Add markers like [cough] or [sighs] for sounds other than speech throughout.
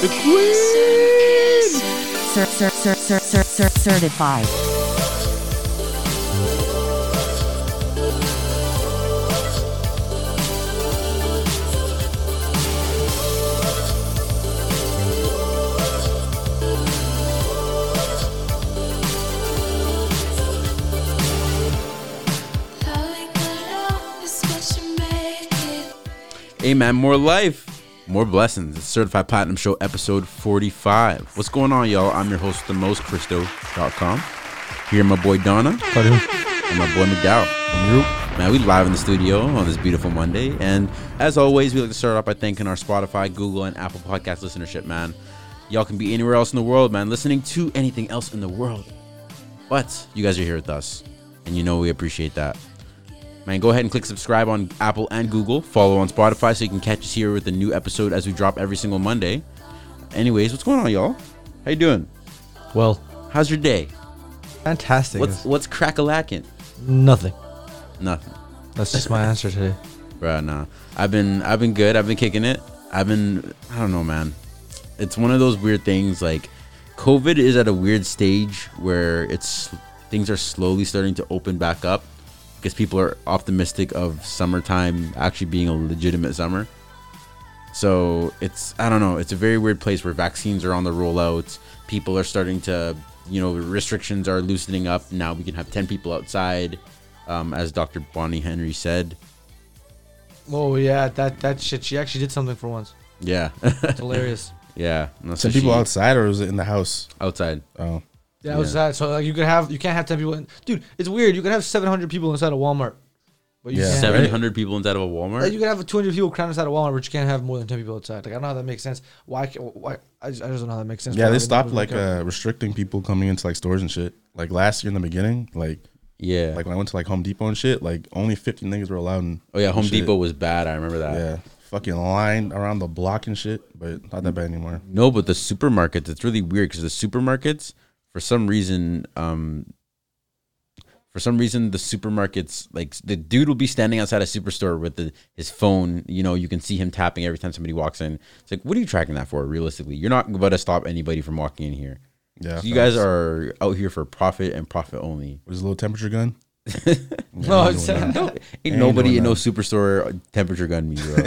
The Queen. Cer- cer- cer- cer- cer- cer- certified. Amen. More life, more blessings. It's Certified Platinum Show, episode 45. What's going on, y'all? I'm your host, the most, Christo.com. Here, my boy Donna and my boy McDowell. Man, we live in the studio on this beautiful Monday. And as always, we like to start off by thanking our Spotify, Google, and Apple Podcast listenership, man. Y'all can be anywhere else in the world, man, listening to anything else in the world. But you guys are here with us, and you know we appreciate that. Man, go ahead and click subscribe on Apple and Google. Follow on Spotify so you can catch us here with a new episode as we drop every single Monday. Anyways, what's going on, y'all? How you doing? Well, How's your day? fantastic. What's what's crack a lacking? Nothing. Nothing, That's just my answer today. bro. Nah, I've been I've been good. I've been kicking it. I've been I don't know, man. It's one of those weird things. Like, COVID is at a weird stage where it's things are slowly starting to open back up because people are optimistic of summertime actually being a legitimate summer. So it's I don't know. It's a very weird place where vaccines are on the rollout. People are starting to you know restrictions are loosening up. Now we can have ten people outside, um, as Dr. Bonnie Henry said. [laughs] Oh yeah, that that shit. She actually did something for once. Yeah, [laughs] It's hilarious. yeah. No, so Ten people she- outside, or was it in the house? outside. Oh, That was that. So like, you could have you can't have ten people. In. Dude, it's weird. You could have seven hundred people inside a Walmart, but you Yeah. can't. Seven hundred people inside of a Walmart. Like, you could have two hundred people crowded inside a Walmart, but you can't have more than ten people outside. Like I don't know how that makes sense. Why? ca- Why? I just, I just don't know how that makes sense. yeah. Why They would stopped would like work out. uh, restricting people coming into like stores and shit. Like last year in the beginning, like yeah. like when I went to like Home Depot and shit, like only fifty niggas were allowed. In, oh yeah, and Home shit. Depot was bad. I remember that. Yeah, fucking line around the block and shit, but not that bad anymore. No, but the supermarkets, it's really weird because the supermarkets, for some reason, um, for some reason, the supermarkets, like the dude will be standing outside a superstore with the, his phone. You know, you can see him tapping every time somebody walks in. It's like, what are you tracking that for? Realistically, you're not about to stop anybody from walking in here. Yeah, So you guys are out here for profit and profit only. With his little temperature gun. [laughs] No, it's, no. uh, Ain't Ain't nobody doing in no that. superstore temperature gun [laughs] me, bro.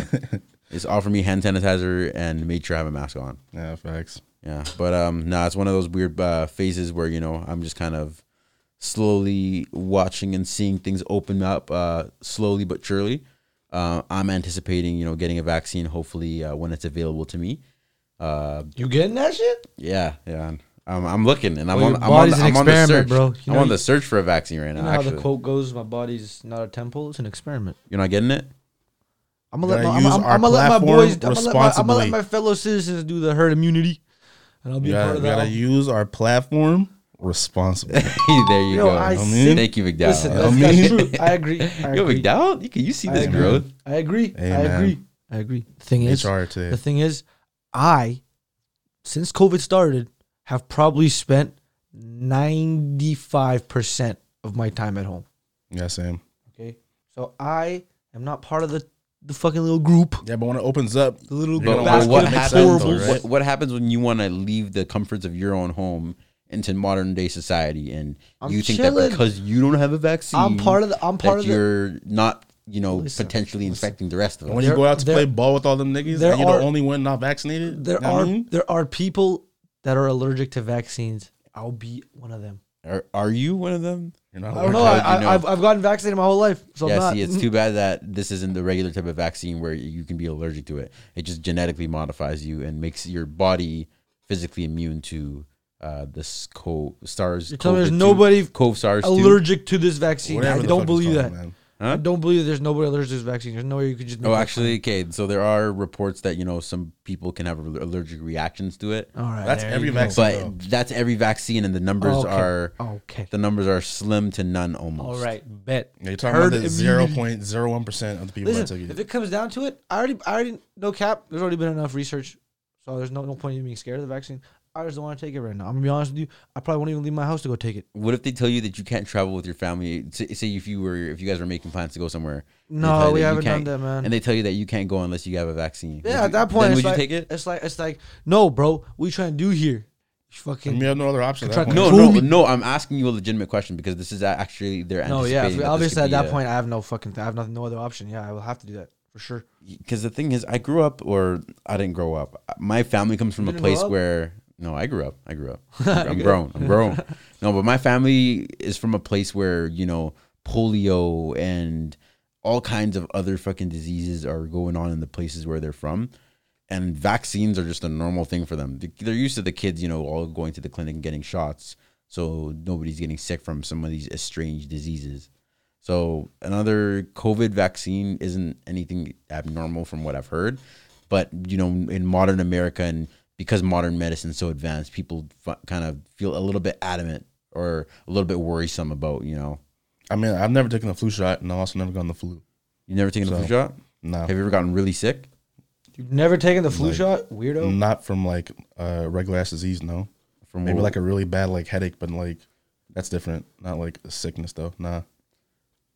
Just offer me hand sanitizer and make sure I have a mask on. Yeah, facts. Yeah, but um, no, it's one of those weird uh, phases where you know I'm just kind of slowly watching and seeing things open up, uh, slowly but surely. Uh, I'm anticipating, you know, getting a vaccine hopefully uh, when it's available to me. Uh, You getting that shit? yeah, yeah. I'm, I'm looking and I'm Well, on your I'm on, body's the- an I'm on the experiment, search, bro. You I'm know on you- the search for a vaccine right You now. know how actually, the quote goes: "My body's not a temple; it's an experiment." you're not getting it. I'm gonna Gotta let my, I'm, use I'm, our I'm gonna let my platform boys. I'm gonna let my, I'm gonna let responsibly. my fellow citizens do the herd immunity, and I'll be We a gotta, part we of gotta that. use our platform [laughs] responsibly. there you Yo, go. I mean- Thank you, McDowell. Listen, I that's, that's true. [laughs] I agree. I Yo, agree. McDowell, you, can, you see I this agree. growth? I agree. I Amen. agree. I agree. The thing is, HR today. the thing is, I, since COVID started, have probably spent ninety five percent of my time at home. yeah, same. Okay, so I am not part of the the fucking little group. Yeah, but when it opens up, The little You're group. gonna But basket watch what of them make happens? sense, horribles. though, What, what happens when you want to leave the comforts of your own home into modern day society, and I'm you think that chilling. because you don't have a vaccine, I'm part of the. I'm part that of the. you're not, you know, Listen, potentially infecting the rest of and us. when you There- go out to there- play ball with all them niggas, there and you're are- the only one not vaccinated. There know what are I mean? there are people that are allergic to vaccines. I'll be one of them. Are, are you one of them? You're not I don't allowed. know. How I, would you I, know? I've, I've gotten vaccinated my whole life, so I'm yeah. not. See, it's too bad that this isn't the regular type of vaccine where you can be allergic to it. It just genetically modifies you and makes your body physically immune to uh, this co SARS. You're telling me there's COVID-2 nobody cov SARS two. allergic to this vaccine. Whatever I the fuck don't it's believe that. called, man. I don't believe there's nobody allergic to this vaccine. There's no way you could just. make Oh, that actually, okay. So there are reports that you know some people can have aller- allergic reactions to it, claim. All right. That's there every you go. vaccine. but So- that's every vaccine, and the numbers Oh, Okay. are Okay. the numbers are slim to none almost. All right. Bet. Yeah, you're talking about Herd the zero point zero one percent of the people that took Listen, it. if it comes down to it, I already, I already, no cap. There's already been enough research, so there's no no point in you being scared of the vaccine. I just don't want to take it right now. I'm gonna be honest with you. I probably won't even leave my house to go take it. What if they tell you that you can't travel with your family? Say say if you were, if you guys were making plans to go somewhere. and they No, tell you we you haven't done can't- that, man. And they tell you that you can't go unless you have a vaccine. Would Yeah, you- at that point, then it's would you like, take it? It's like it's like no, bro. What you trying to do here? You I mean, fucking we have no other option. At that Contract- point. No, Fool no, me. no. I'm asking you a legitimate question because this is a- actually their. no, yeah. anticipating that this Obviously, could at be that a- point, I have no fucking. I have nothing, no other option. Yeah, I will have to do that for sure. because the thing is, I grew up, or I didn't grow up. My family comes from a didn't grow place up? where no, I grew up. [laughs] I grew up. I'm grown. I'm grown. No, but my family is from a place where you know polio and all kinds of other fucking diseases are going on in the places where they're from. And vaccines are just a normal thing for them. They're used to the kids, you know, all going to the clinic and getting shots. So nobody's getting sick from some of these estranged diseases. So another COVID vaccine isn't anything abnormal from what I've heard, but you know, in modern America and because modern medicine's so advanced, people f- kind of feel a little bit adamant or a little bit worrisome about. You know, I mean, I've never taken a flu shot, and I also never gotten the flu. you never taken a flu So- shot? No, Have you ever gotten really sick? You've never taken the flu Like, shot, weirdo. not from like uh, regular ass disease. No, From maybe what- like a really bad like headache, but like that's different. Not like a sickness though. Nah,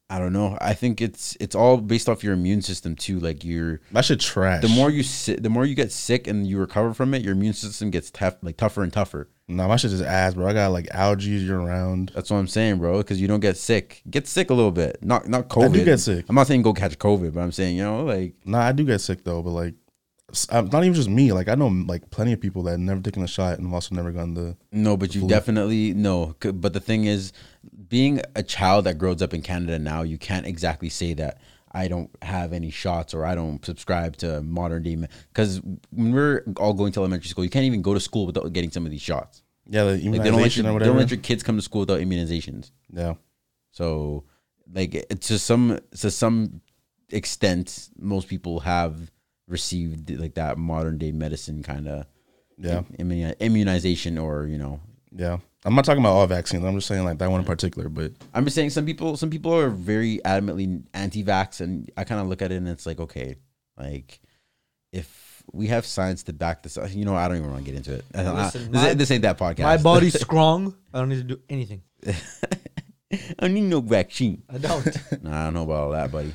I don't know. I think it's it's all based off your immune system too. Like your that shit trash. the more you sit, the more you get sick and you recover from it, your immune system gets tough, like tougher and tougher. nah, my shit is ass, bro. I got like allergies year round. That's what I'm saying, bro. Because you don't get sick. Get sick a little bit. Not not COVID. do get sick. I'm not saying go catch COVID, but I'm saying you know like Nah, I do get sick though, but like. s- I'm not even just me. Like I know, like plenty of people that have never taken the shot and have also never gotten the. no, but you definitely no. C- But the thing is, being a child that grows up in Canada now, you can't exactly say that I don't have any shots or I don't subscribe to modern day. Because when we're all going to elementary school, you can't even go to school without getting some of these shots. Yeah, the immunization Like they don't let or you, they whatever. don't let your kids come to school without immunizations. yeah, So, like it- to some to some extent, most people have received like that modern day medicine kind of yeah, immunization, or you know, yeah. I'm not talking about all vaccines. I'm just saying like that one in particular. But I'm just saying some people some people are very adamantly anti-vax, and I kind of look at it and it's like okay, like if we have science to back this up, you know, I don't even want to get into it. I don't- I- Listen, [laughs] this, my- this ain't that podcast. My [laughs] body's strong. I don't need to do anything. I don't need no vaccine. I [laughs] don't. Nah, I don't know about all that, buddy.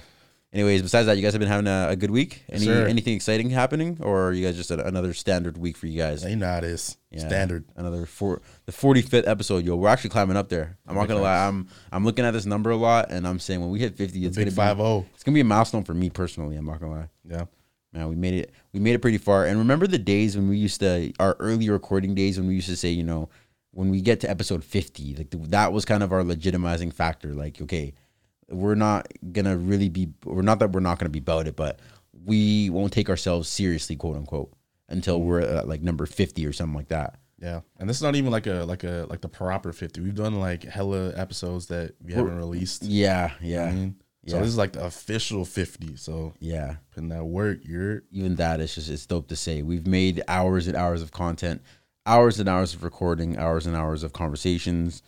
Anyways, besides that, you guys have been having a, a good week. Any sir. anything exciting happening, or are you guys just at another standard week for you guys? you know how it is. Yeah. Standard. Another four, the forty fifth episode, yo. We're actually climbing up there. I'm not gonna lie. I'm I'm looking at this number a lot, and I'm saying when we hit fifty, it's Big gonna five be zero. it's gonna be a milestone for me personally. I'm not gonna oh. lie. Yeah. Man, we made it. We made it pretty far. And remember the days when we used to our early recording days when we used to say, you know, when we get to episode fifty, like th- that was kind of our legitimizing factor. Like, okay, we're not gonna really be. We're not that we're not gonna be about it, but we won't take ourselves seriously, quote unquote, until we're at like number fifty or something like that. Yeah, and this is not even like a like a like the proper fifty. We've done like hella episodes that we haven't released. you Yeah, know what yeah, I mean, so Yeah. this is like the official fifty. So yeah. putting that work, you're even that it's just it's dope to say we've made hours and hours of content hours and hours of recording hours and hours of conversations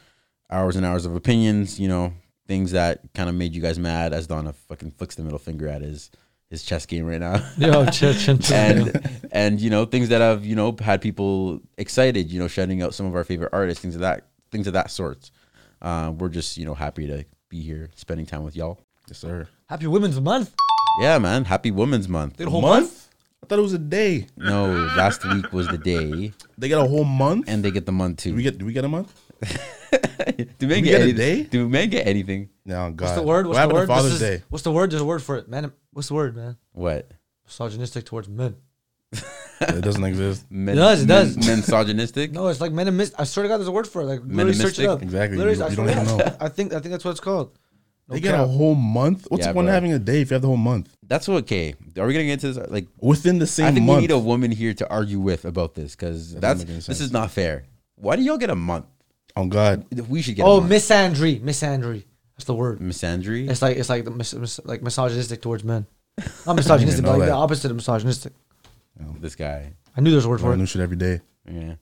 hours and hours of opinions you know things that kind of made you guys mad as donna fucking flicks the middle finger at his his chess game right now [laughs] Yo, ch- ch- ch- and and you know things that have you know had people excited you know shouting out some of our favorite artists things of that things of that sort uh, we're just you know happy to be here spending time with y'all yes sir. Happy Women's Month. yeah man happy women's month Did a whole I thought it was a day. no last week was the day They got a whole month. and they get the month too. do we get do we get a month? [laughs] do men we get, get a anything? day? Do men get anything? No God. What's the word? What's the happened word? to Father's This is- Day? What's the word? There's a word for it, man. What's the word, man? What? Misogynistic towards men. it [laughs] doesn't exist. Men, It does, it men- does. [laughs] misogynistic? No, it's like menemistic. I swear to God, there's a word for it. Like, literally search it Menemistic? up. Exactly. Literally, You- I you swear don't to even God. [laughs] I think I think that's what it's called. No they got a cap. whole month. What's Yeah, the one bro. having a day if you have the whole month That's okay. Are we gonna get into this? Like, within the I same think month? we need a woman here to argue with about this because that's make any this sense. is not fair. Why do y'all get a month? oh God. We should get. oh, a month. misandry, misandry. That's the word. Mm. misandry. It's like it's like the mis- mis- like misogynistic towards [laughs] men. Not misogynistic, know but like that. the opposite of misogynistic. Oh, This guy. I knew there's a word for Learn it. new shit every day. Yeah.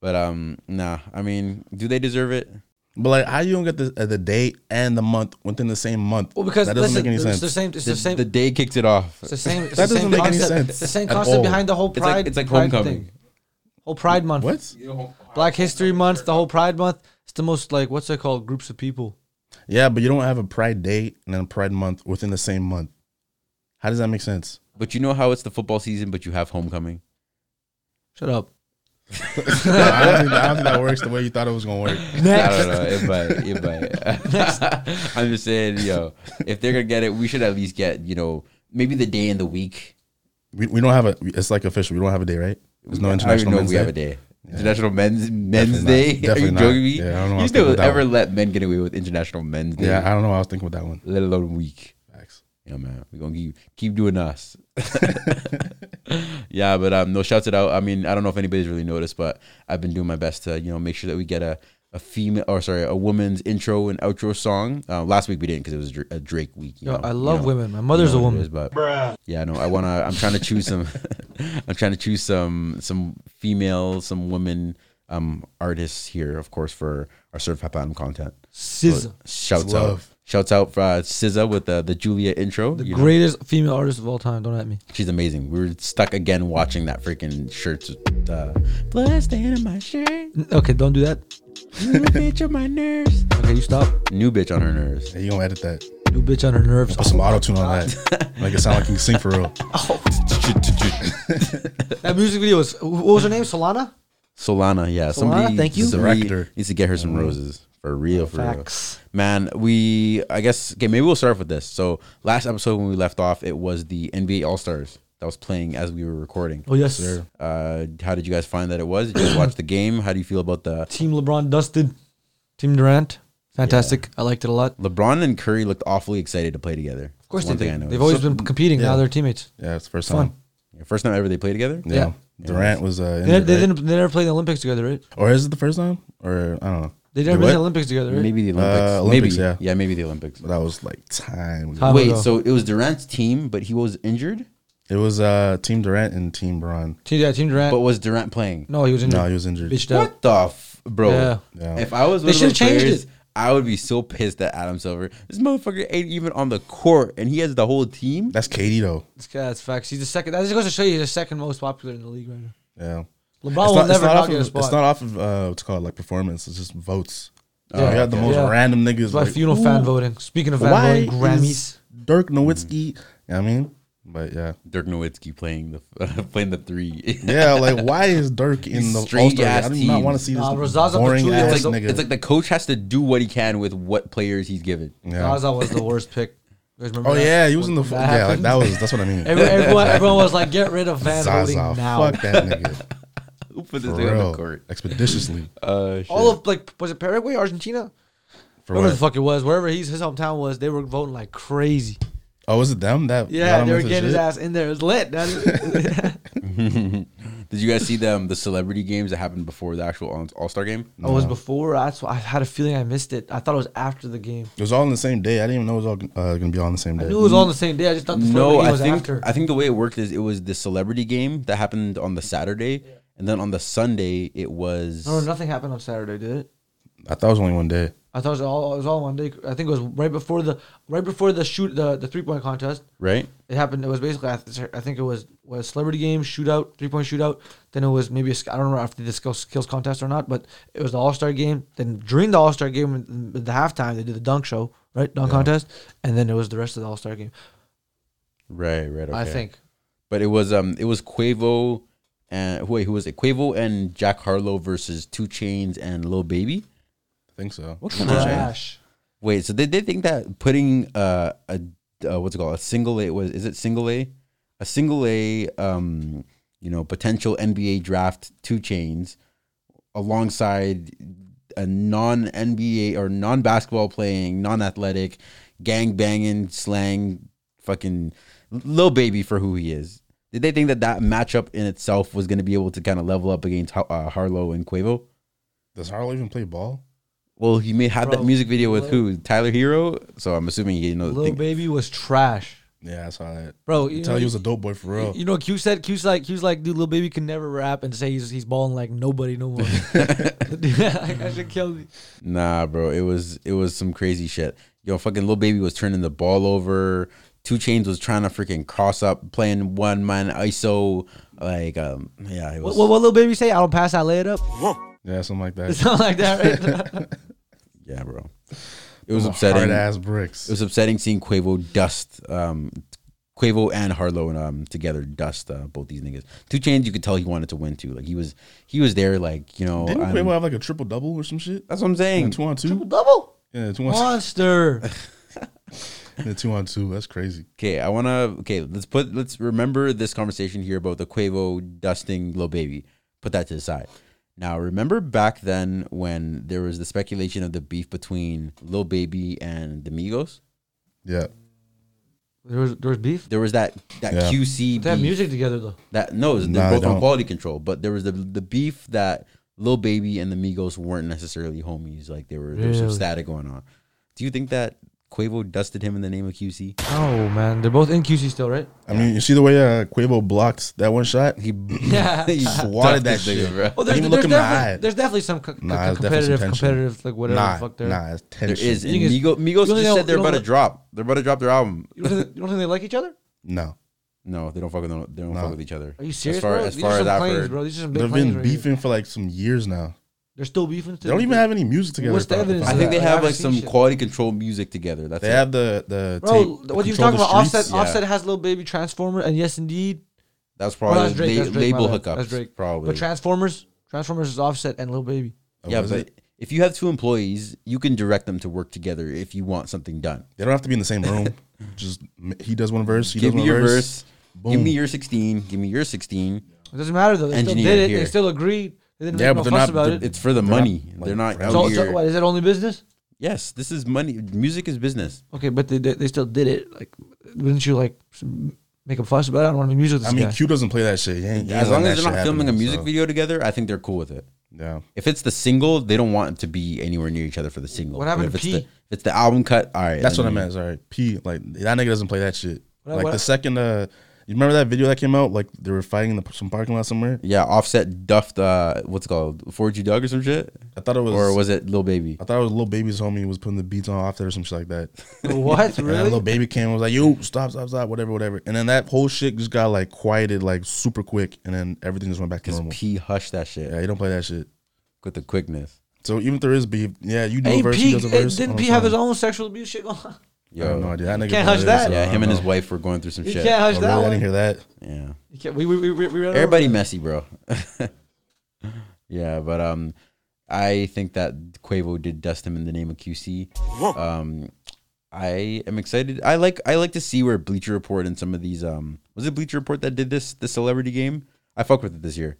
But um, nah. I mean, do they deserve it? But like, how you don't get the uh, the day and the month within the same month? Well, because that doesn't listen, make any it's sense. the same. It's The, the same. the day kicked it off. It's the same. It's That the same doesn't make any concept. sense It's the same at concept all. behind the whole It's pride. like it's like pride homecoming. thing. Whole Pride Month. What? Black History Month, the whole Pride Month. It's the most like what's that called? Groups of people. Yeah, but you don't have a Pride Day and then a Pride Month within the same month. How does that make sense? But you know how it's the football season, but you have homecoming. Shut up. No, I, don't think, I don't think that works the way you thought it was gonna work. I don't know. It might. It might. [laughs] I'm just saying, yo, if they're gonna get it, we should at least get, you know, maybe the day in the week. We, we don't have a. It's like official. We don't have a day, right? There's no I don't international. even know if Men's we have a Day. day. International Men's Men's not. Day. [laughs] Are Definitely you not. joking me? Yeah, I don't know why I you was still thinking of that ever one. let men get away with International Men's Day? Yeah, I don't know. I was thinking with that one. Let alone week. Facts. Yeah, man. We're gonna keep keep doing us. [laughs] yeah, but um no shouts it out. I mean, I don't know if anybody's really noticed, but I've been doing my best to, you know, make sure that we get a a female or sorry, a woman's intro and outro song. Uh, last week we didn't because it was Dra- a Drake week. you Yo, know, I you love know, women. My you know mother's what a it woman. is, but yeah, no, I wanna I'm trying to choose some [laughs] I'm trying to choose some some female, some women um artists here, of course, for our certified platinum content. SZA, Shouts out. Love. Shouts out for uh, SZA with uh, the Julia intro. the you know. greatest female artist of all time. Don't at me. She's amazing. We were stuck again watching that freaking shirts. with, Uh, blood stain on my shirt. N- Okay, don't do that. New bitch on my nerves. Okay, you stop. New bitch on her nerves. Yeah, you gonna edit that? New bitch on her nerves. Put some auto tune on that. Make it sound like you can sing for real. That music video is what was her name? Solana. Solana, yeah. somebody thank you. Mm-hmm. somebody Director. needs to get her some roses. For real, for Facts. real. Man, we I guess okay, maybe we'll start off with this. So last episode when we left off, it was the NBA All Stars that was playing as we were recording. Oh yes, Uh, how did you guys find that it was? Did you guys watch the game? How do you feel about the Team LeBron dusted. Team Durant, fantastic. I liked it a lot. LeBron and Curry looked awfully excited to play together. Of course That's one they thing I did. know. They've always been competing. Now yeah. they're teammates. [laughs] Yeah, it's the first Fun. time. first time ever they played together. Yeah. Yeah. Durant was uh, They, injured, they right? didn't. They never played in the Olympics together, right? or is it the first time? Or I don't know. They They never been in the what? Olympics together, right? Maybe the Olympics. Uh, Olympics, maybe. yeah. maybe the Olympics. But that was like time. Time. Wait, ago. so it was Durant's team, but he was injured. It was uh, Team Durant and Team Bron. Team, yeah, Team Durant. But was Durant playing? no, he was injured. No, he was injured. Bitched out. What the f- bro? Yeah. Yeah. If I was They one of should've those changed players, it. I would be so pissed at Adam Silver. This motherfucker ain't even on the court, and he has the whole team. That's Katie though. This guy, that's facts. He's the second. That just goes to show you he's the second most popular in the league right now. Yeah. LeBron it's will not, it's never not not off get a of, it's spot. not off of uh, what's it called like performance. It's just votes. Yeah. you had the most Yeah. random niggas. It's my Like, funeral "Ooh, fan voting. Speaking of fan why voting, Grammys. is Dirk Nowitzki? You know what I mean, but yeah, Dirk Nowitzki playing the [laughs] playing the three. yeah. Like, why [laughs] is Dirk in These the string All Star? I ass do not teams. want to see this Nah, bro, Zaza boring Pachulia ass It's like, nigga. it's like the coach has to do what he can with what players he's given. yeah. Zaza was the worst pick. You guys remember Oh that? yeah, he was in the When yeah. Like happened? that was that's what I [laughs] mean. Every- [laughs] everyone, everyone was like, "Get rid of fan Zaza, voting now." fuck that nigga Who put this for thing on the real, court? [laughs] expeditiously. Uh, shit. All of like, was it Paraguay, Argentina, For wherever the what? fuck it was, wherever he's, his hometown was, they were voting like crazy. Oh, was it them that? got Yeah, him they were into getting his shit? ass in there. It was lit. [laughs] That- Did you guys see them the celebrity games that happened before the actual All Star game? I was before. That's why I had a feeling I missed it. I thought it was after the game. It was all on the same day. I didn't even know it was all uh, gonna be all on the same I day. knew it was all on the same day. I just thought the Mm. No, game I was think after. I think the way it worked is it was the celebrity game that happened on the Saturday, and then on the Sunday it was. Oh, no, no, nothing happened on Saturday, did it? I thought it was only one day. I thought it was all it was all one day. I think it was right before the right before the shoot the, the three point contest. Right, It happened. It was basically I, th- I think it was was celebrity game shootout three point shootout. Then it was maybe a, sk- I don't remember if they did skills, skills contest or not, but it was the All Star game. Then during the All Star game, in- in the halftime they did the dunk show, right dunk contest, and then it was the rest of the All Star game. right, right. Okay. I think but it was um it was Quavo and wait who was it? Quavo and Jack Harlow versus Two Chains and Lil Baby. I think so. What kind of trash. Wait, so did they think that putting uh, a uh, what's it called a single A was is it single A a single A um you know potential NBA draft two chains alongside a non NBA or non basketball playing non athletic gang banging slang fucking little baby for who he is. Did they think that that matchup in itself was going to be able to kind of level up against Har- uh, Harlow and Quavo? Does Harlow even play ball? Well, he may had that Bro, music video with Lil- who? Tyler Hero. So I'm assuming he knows. Little think- baby was trash, Yeah, I saw that. bro. You You tell know, he was a dope boy for real. you know what Q said? Q's like Q's like, dude, little baby can never rap and say he's he's balling like nobody no more. [laughs] [laughs] I, I should kill me. Nah, bro. It was it was some crazy shit. Yo, fucking little baby was turning the ball over. Two Chains was trying to freaking cross up, playing one man ISO. Like, um, yeah, it was. What, what, what little baby say? I don't pass, I lay it up. [laughs] Yeah, something like [laughs] that. Something like that, [laughs] right? Yeah, bro. It was Hard upsetting. ass It bricks. was upsetting seeing Quavo dust, um, Quavo and Harlow and um together dust uh, both these niggas. Two Chains, you could tell he wanted to win too. Like he was, he was there. Like you know, Didn't I'm- Quavo have like a triple double or some shit? that's what I'm Yeah, saying. two on two. Double Yeah, two on monster. two. [laughs] Yeah, two on two. That's crazy. Okay, I want to. Okay, let's put. Let's remember this conversation here about the Quavo dusting Lil Baby. Put that to the side. Now, remember back then when there was the speculation of the beef between Lil Baby and the Migos. Yeah. There was there was beef. There was that that Yeah. QC They have beef music together though. that no, they're Nah, they both on don't. quality control. But there was the the beef that Lil Baby and the Migos weren't necessarily homies. Like they were there was some Really? static going on. Do you think that Quavo dusted him in the name of QC? Oh man, they're both in QC still, right? I mean, you see the way uh, Quavo blocked that one shot? [laughs] He [laughs] Yeah. he Swatted swatted that that nigga, shit. bro. Well, Oh, there's, even there's, look him in the definitely, eye. there's definitely some co- co- Nah, it's definitely some competitive, tension. competitive, like whatever Nah, the fuck. There. nah, it's There tension. is. And think it's- Migo, Migos you don't just know- said you they're don't about to know- drop. They're about to drop their album. You, don't think, you don't think they like each other? No. No, they don't fuck with no- they don't No. fuck with each other. Are you serious, As far bro? as These far are as some I've claims, heard, bro. These are some big They've claims been right here. beefing for like some years now. They're still beefing. They don't even have any music together. What's the bro. evidence I of that? think they Like, I have haven't like seen some shit. quality control music together. That's They it. have the the Bro, tape. what you talking Control the about? Streets. Offset, Yeah. Offset has little baby Transformer, and yes, indeed, That's Oh, probably that's Drake, la- that's Drake, my label bad. hookups. That's Drake. Probably. but Transformers, Transformers is Offset and Lil Baby. Oh, yeah, is but it? if you have two employees, you can direct them to work together if you want something done. They don't have to be in the same room. [laughs] Just m- he does one verse, he does give me one your verse. verse. Give Boom. me your 16. Give me your 16. It doesn't matter though. They Engineer still did it. here. They still agreed. They didn't Yeah, make no but they're fuss not- about they're- it. It's for the They're money. not, like, They're not friends. out So, here. so what is it? Only business? yes, this is money. Music is business. Okay, but they they they still did it. Like, wouldn't you like s- make a fuss about it? I don't want to be music with I this mean, guy. Q doesn't play that shit. He ain't, he ain't As long letting as that they're shit not filming a happen, music so- video together, I think they're cool with it. Yeah, If it's the single, they don't want it to be anywhere near each other for the single. What happened But if to it's the, P? if it's the album cut, all right. that's then what I you- meant. Sorry, P. Like that nigga doesn't play that shit. What- like what- the second, uh, you remember that video that came out? Like they were fighting in the, some parking lot somewhere. Yeah, Offset duffed uh, what's it called Forge You Dug or some shit, I thought it was. or was it Lil Baby? I thought it was Lil Baby's homie was putting the beats on off there or some shit like that. [laughs] what [laughs] And then really? Lil Baby came and was like, "Yo, stop, stop, stop, whatever, whatever." And then that whole shit just got like quieted like super quick, and then everything just went back to Because normal. P hushed that shit yeah, he don't play that shit. with the quickness. So even if there is beef, yeah, you do Hey, a verse, he P, does a verse. didn't on P song. have his own sexual abuse shit going on? [laughs] I have no idea. That nigga Can't probably hush is, that. so I Yeah, don't him and his know. wife were going through some You shit. can't Oh, hush really? that I didn't one. hear that. Yeah. You can't- we, we, we, we read it over. Everybody messy, bro. [laughs] yeah, but um, I think that Quavo did dust him in the name of QC. Um, I am excited. I like I like to see where Bleacher Report and some of these um was it Bleacher Report that did this the celebrity game. I fuck with it this year.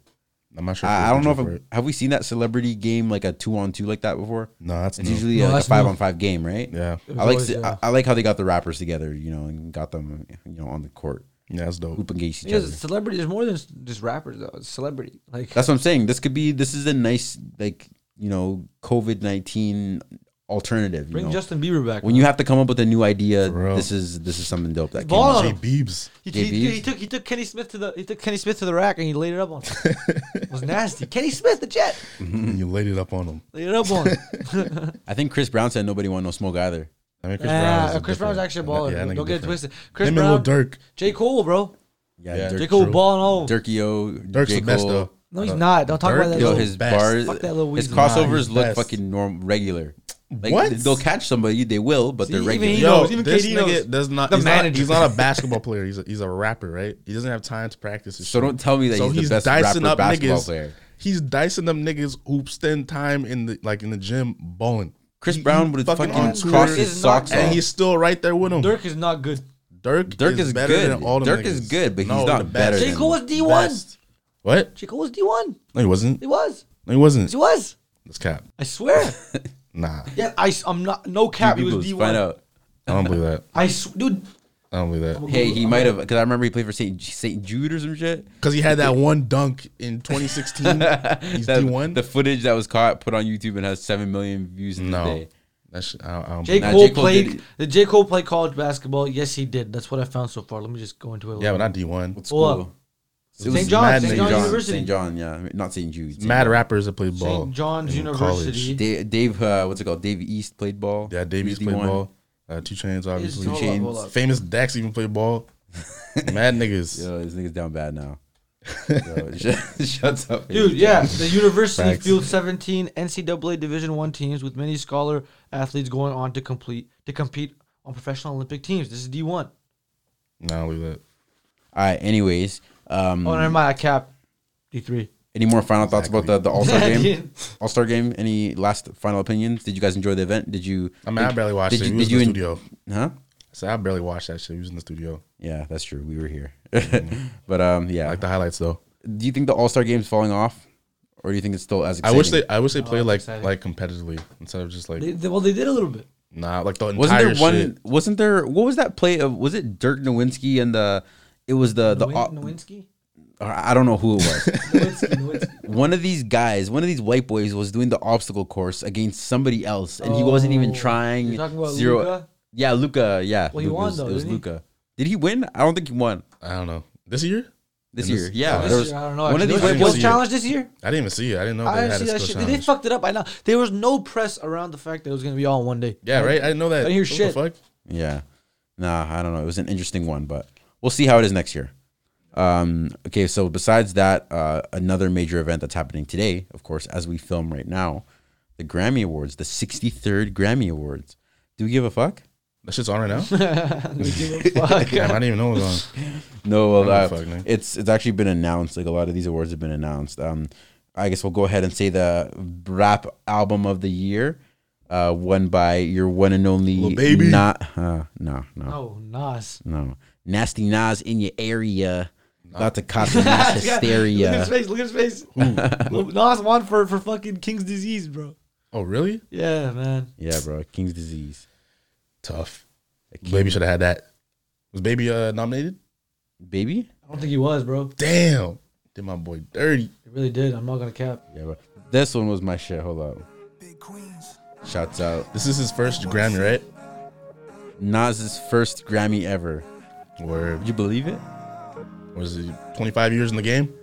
I'm not sure. I, I don't know if I'm, I'm, have we seen that celebrity game like a two on two like that before. no, that's It's new. usually No, like a that's five new. on five game, right? yeah, yeah, I like always, see- yeah. I, I like how they got the rappers together, you know, and got them you know on the court that's dope. hoop against each Because other. celebrity is more than s- just rappers though. It's celebrity. Like That's what I'm saying. This could be. This is a nice, like you know, COVID nineteen alternative. You bring know? Justin Bieber back. when you have to come up with a new idea. For real. This is this is something dope. That came Ball out. on Jay him. Biebs. He, JB? he, he took he took Kenny Smith to the he took Kenny Smith to the rack and he laid it up on. him. it was nasty. Kenny Smith, the Jet, Mm-hmm. and you laid it up on him. laid it up on. him. I think Chris Brown said nobody want no smoke either. I mean, Chris yeah, Brown. Chris Brown's actually a baller. dude. Don't get it twisted. Chris him Brown, and Lil Durk. J Cole, bro. Yeah, Yeah. Dirk, J Cole True. balling all. over. Dirkio, Durk's J. the best Cole. though. No, he's not. Don't talk Dirk about that. is Yo, little- the his best. bars, Fuck that little his weasel. Nah, crossovers he's look best. fucking norm regular. Like What? they'll catch somebody, they will, but See, they're even regular. he- Yo, knows, even this KD knows. nigga does not. The he's, not manager. he's not a basketball player. He's a, he's a rapper, right? He doesn't have time to practice. His So shit. don't tell me that he's the best rapper basketball niggas. player. He's dicing them niggas who spend time in the like in the gym balling. Chris He- Brown he would have fucking fucking, on fucking Twitter, crossed He his is not- socks and off. he's still right there with him. Dirk, Dirk is not good. Dirk is, is better good. than all them Dirk is niggas. good, but he's No, not the best. better J Cole was than D one. Best. What? J Cole was D one. No, he wasn't. He was. No, he wasn't. He was. That's cap. I [laughs] swear. Nah, yeah, I am not no cap. He was Googles, D Find one. out. I don't believe that. I s- dude. I don't believe that. Hey, he might have because I remember he played for Saint Saint Jude or some shit. Because he had that one dunk in [laughs] 2016. he's That- D1. The footage that was caught put on YouTube and has seven million views in the no, day. that shit. I don't, I don't J. believe Nah, that. Cole, J. Cole played. did- Did, J. Cole play college basketball? Yes, he did. That's what I found so far. Let me just go into it. A Yeah, little but not D1. What's Well, cool? It St. was John's, mad St. St. John's John. University. St. John, yeah, I mean, not St. Jude. St. Mad John. rappers that played ball. St. John's in University. Da- Dave, uh, what's it called? Dave East played ball. Yeah, Davies He's played D1. ball. Uh, Two Chains, obviously. hold up, Chainz. hold up. Famous Dax even played [laughs] ball. Mad niggas. Yo, this nigga's down [laughs] bad now. Yo, [laughs] shut, shut up, Dude, yeah, the university Facts. fields 17 NCAA Division One teams with many scholar athletes going on to complete to compete on professional Olympic teams. This is D1. Nah, look at that. All right. Anyways, um, Oh, never mind. I cap D3. any more final thoughts [laughs] about the, the All Star Yeah, game? dude. All Star game. Any last final opinions? Did you guys enjoy the event? Did you? I mean, I did- barely watched did it. you- we was did in the you en- studio. Huh? So I barely watched that shit. We was in the studio. Yeah, that's true. We were here, [laughs] but um, Mm-hmm. yeah. I like the highlights though. do you think the All Star game's falling off, or do you think it's still as I exciting? wish they I wish they played like Oh, exciting. like competitively instead of just like They, they- well, they did a little bit. nah like the entire wasn't there one? shit. Wasn't there? What was that play of? Was it Dirk Nowinski and the? It was the the. Nowin- Nowinski? or I don't know [laughs] who it was. Nowinski, Nowinski. one of these guys, one of these white boys, was doing the obstacle course against somebody else, and he wasn't even Oh, trying. you're talking about Luka? Yeah, Luca. Yeah. Well, he Luka won, was- though, It was didn't he? Luca. Did he win? I don't think he won I don't know this year. this In this- year. yeah, Oh, Uh, there This was year, I don't know. one of actually. these Was- I white boys. was see challenged this year? I didn't even see it. I didn't know I they didn't had see a that skill shit. Dude, They challenge. fucked it up. I know. There was no press around the fact that it was going to be all in one day. yeah, right. I didn't know that. I didn't hear What the shit. fuck? Yeah. Nah, I don't know. It was an interesting one, but we'll see how it is next year. Um, okay, so besides that, uh, another major event that's happening today, of course, as we film right now, the Grammy Awards, the 63rd Grammy Awards. Do we give a fuck? That shit's on [laughs] right now. We give a fuck. Damn, I didn't even know it was on. No, well, I uh, don't fuck, man. it's it's actually been announced. Like a lot of these awards have been announced. Um, I guess we'll go ahead and say the rap album of the year, uh, won by your one and only Lil Baby. Not, uh, no, no, Oh, Nas. No. Nasty Nas in your area. About to [laughs] cause a mass [laughs] Look at his hysteria. face. Look at his [laughs] face. Nas won for, for fucking King's disease, bro. Oh really? Yeah, man. yeah, bro. King's disease. Tough. Baby should have had that. Was baby uh nominated? Baby? I don't think he was, bro. Damn. Did my boy dirty. He really did. I'm not gonna cap. Yeah, bro. This one was my shit. Hold up. Shouts out. This is his first Grammy, right? Nas's first Grammy ever. Where Would you believe it? was he 25 years in the game?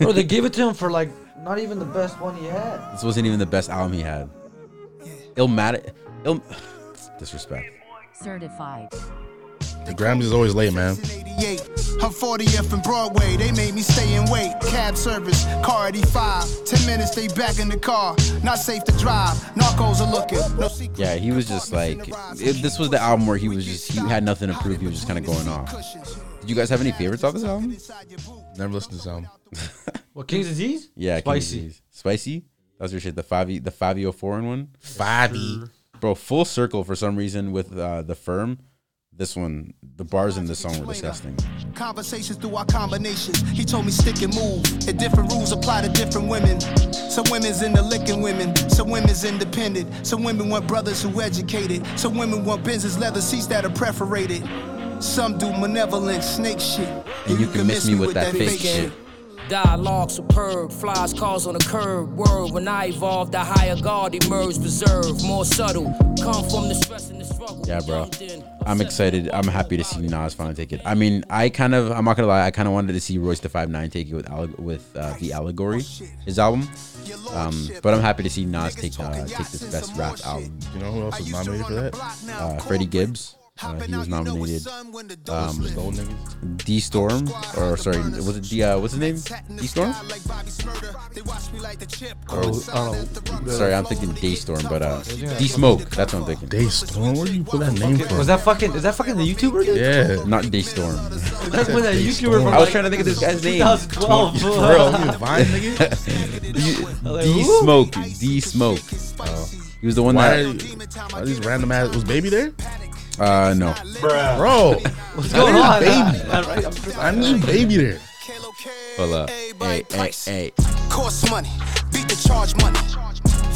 Bro, they gave it to him for like not even the best one he had. This wasn't even the best album he had. Illmatic. Ill- [sighs] disrespect. Certified. The Grammys is always late, man. 88. I'm 40th and Broadway, they made me stay and wait. Cab service, car 85. 10 minutes, they back in the car. Not safe to drive, narcos are looking. No secret. Yeah, he was just like. It, this was the album where he was just. He had nothing to prove. He was just kind of going off. Did you guys have any favorites off this album? Never listened to this album. What King's disease? Yeah, King's spicy. Disease. Spicy? That was your shit. The Favi, the Fabio foreign one? Fabi. bro full circle for some reason with uh, the firm this one the bars in this song were disgusting Conversations through our combinations. He told me stick and move. And different rules apply to different women. Some women's into licking women. Some women's independent. Some women want brothers who educated. Some women want business leather seats that are perforated. Some do malevolent snake shit. and you can miss me with that fake shit Dialogue superb, flies cars on the curb. Word when I evolved, the higher guard emerged, reserved, more subtle. Come from the stress and the struggle. yeah bro i'm excited i'm happy to see nas finally take it i mean i kind of i'm not gonna lie i kind of wanted to see royce the 5-9 take it with alleg- with uh, the allegory his album um, but i'm happy to see nas take uh, take this best rap album You know who else was nominated for that? uh, freddie gibbs uh, he was nominated [laughs] um, The old niggas. D Storm, or sorry, was it D? Uh, what's his name? D Storm. Sorry, I'm thinking D Storm, but uh, D Smoke. That's what I'm thinking. Day Storm. Where do you pull that name from? Was that fucking? Is that fucking the YouTuber dude? [laughs] Yeah. Not D Storm. That's when that YouTuber. From I was like trying to think of this guy's name. 2012. [laughs] Bro, you Vine, nigga? [laughs] D Smoke. D Smoke. He was the one Why are, that. you, why are these random ass? Was Baby there? Uh, no. Bro, What's going on? baby. All right, I'm just- I need Baby there. Hold up. Hey, hey, hey. Cost money, beat the charge money,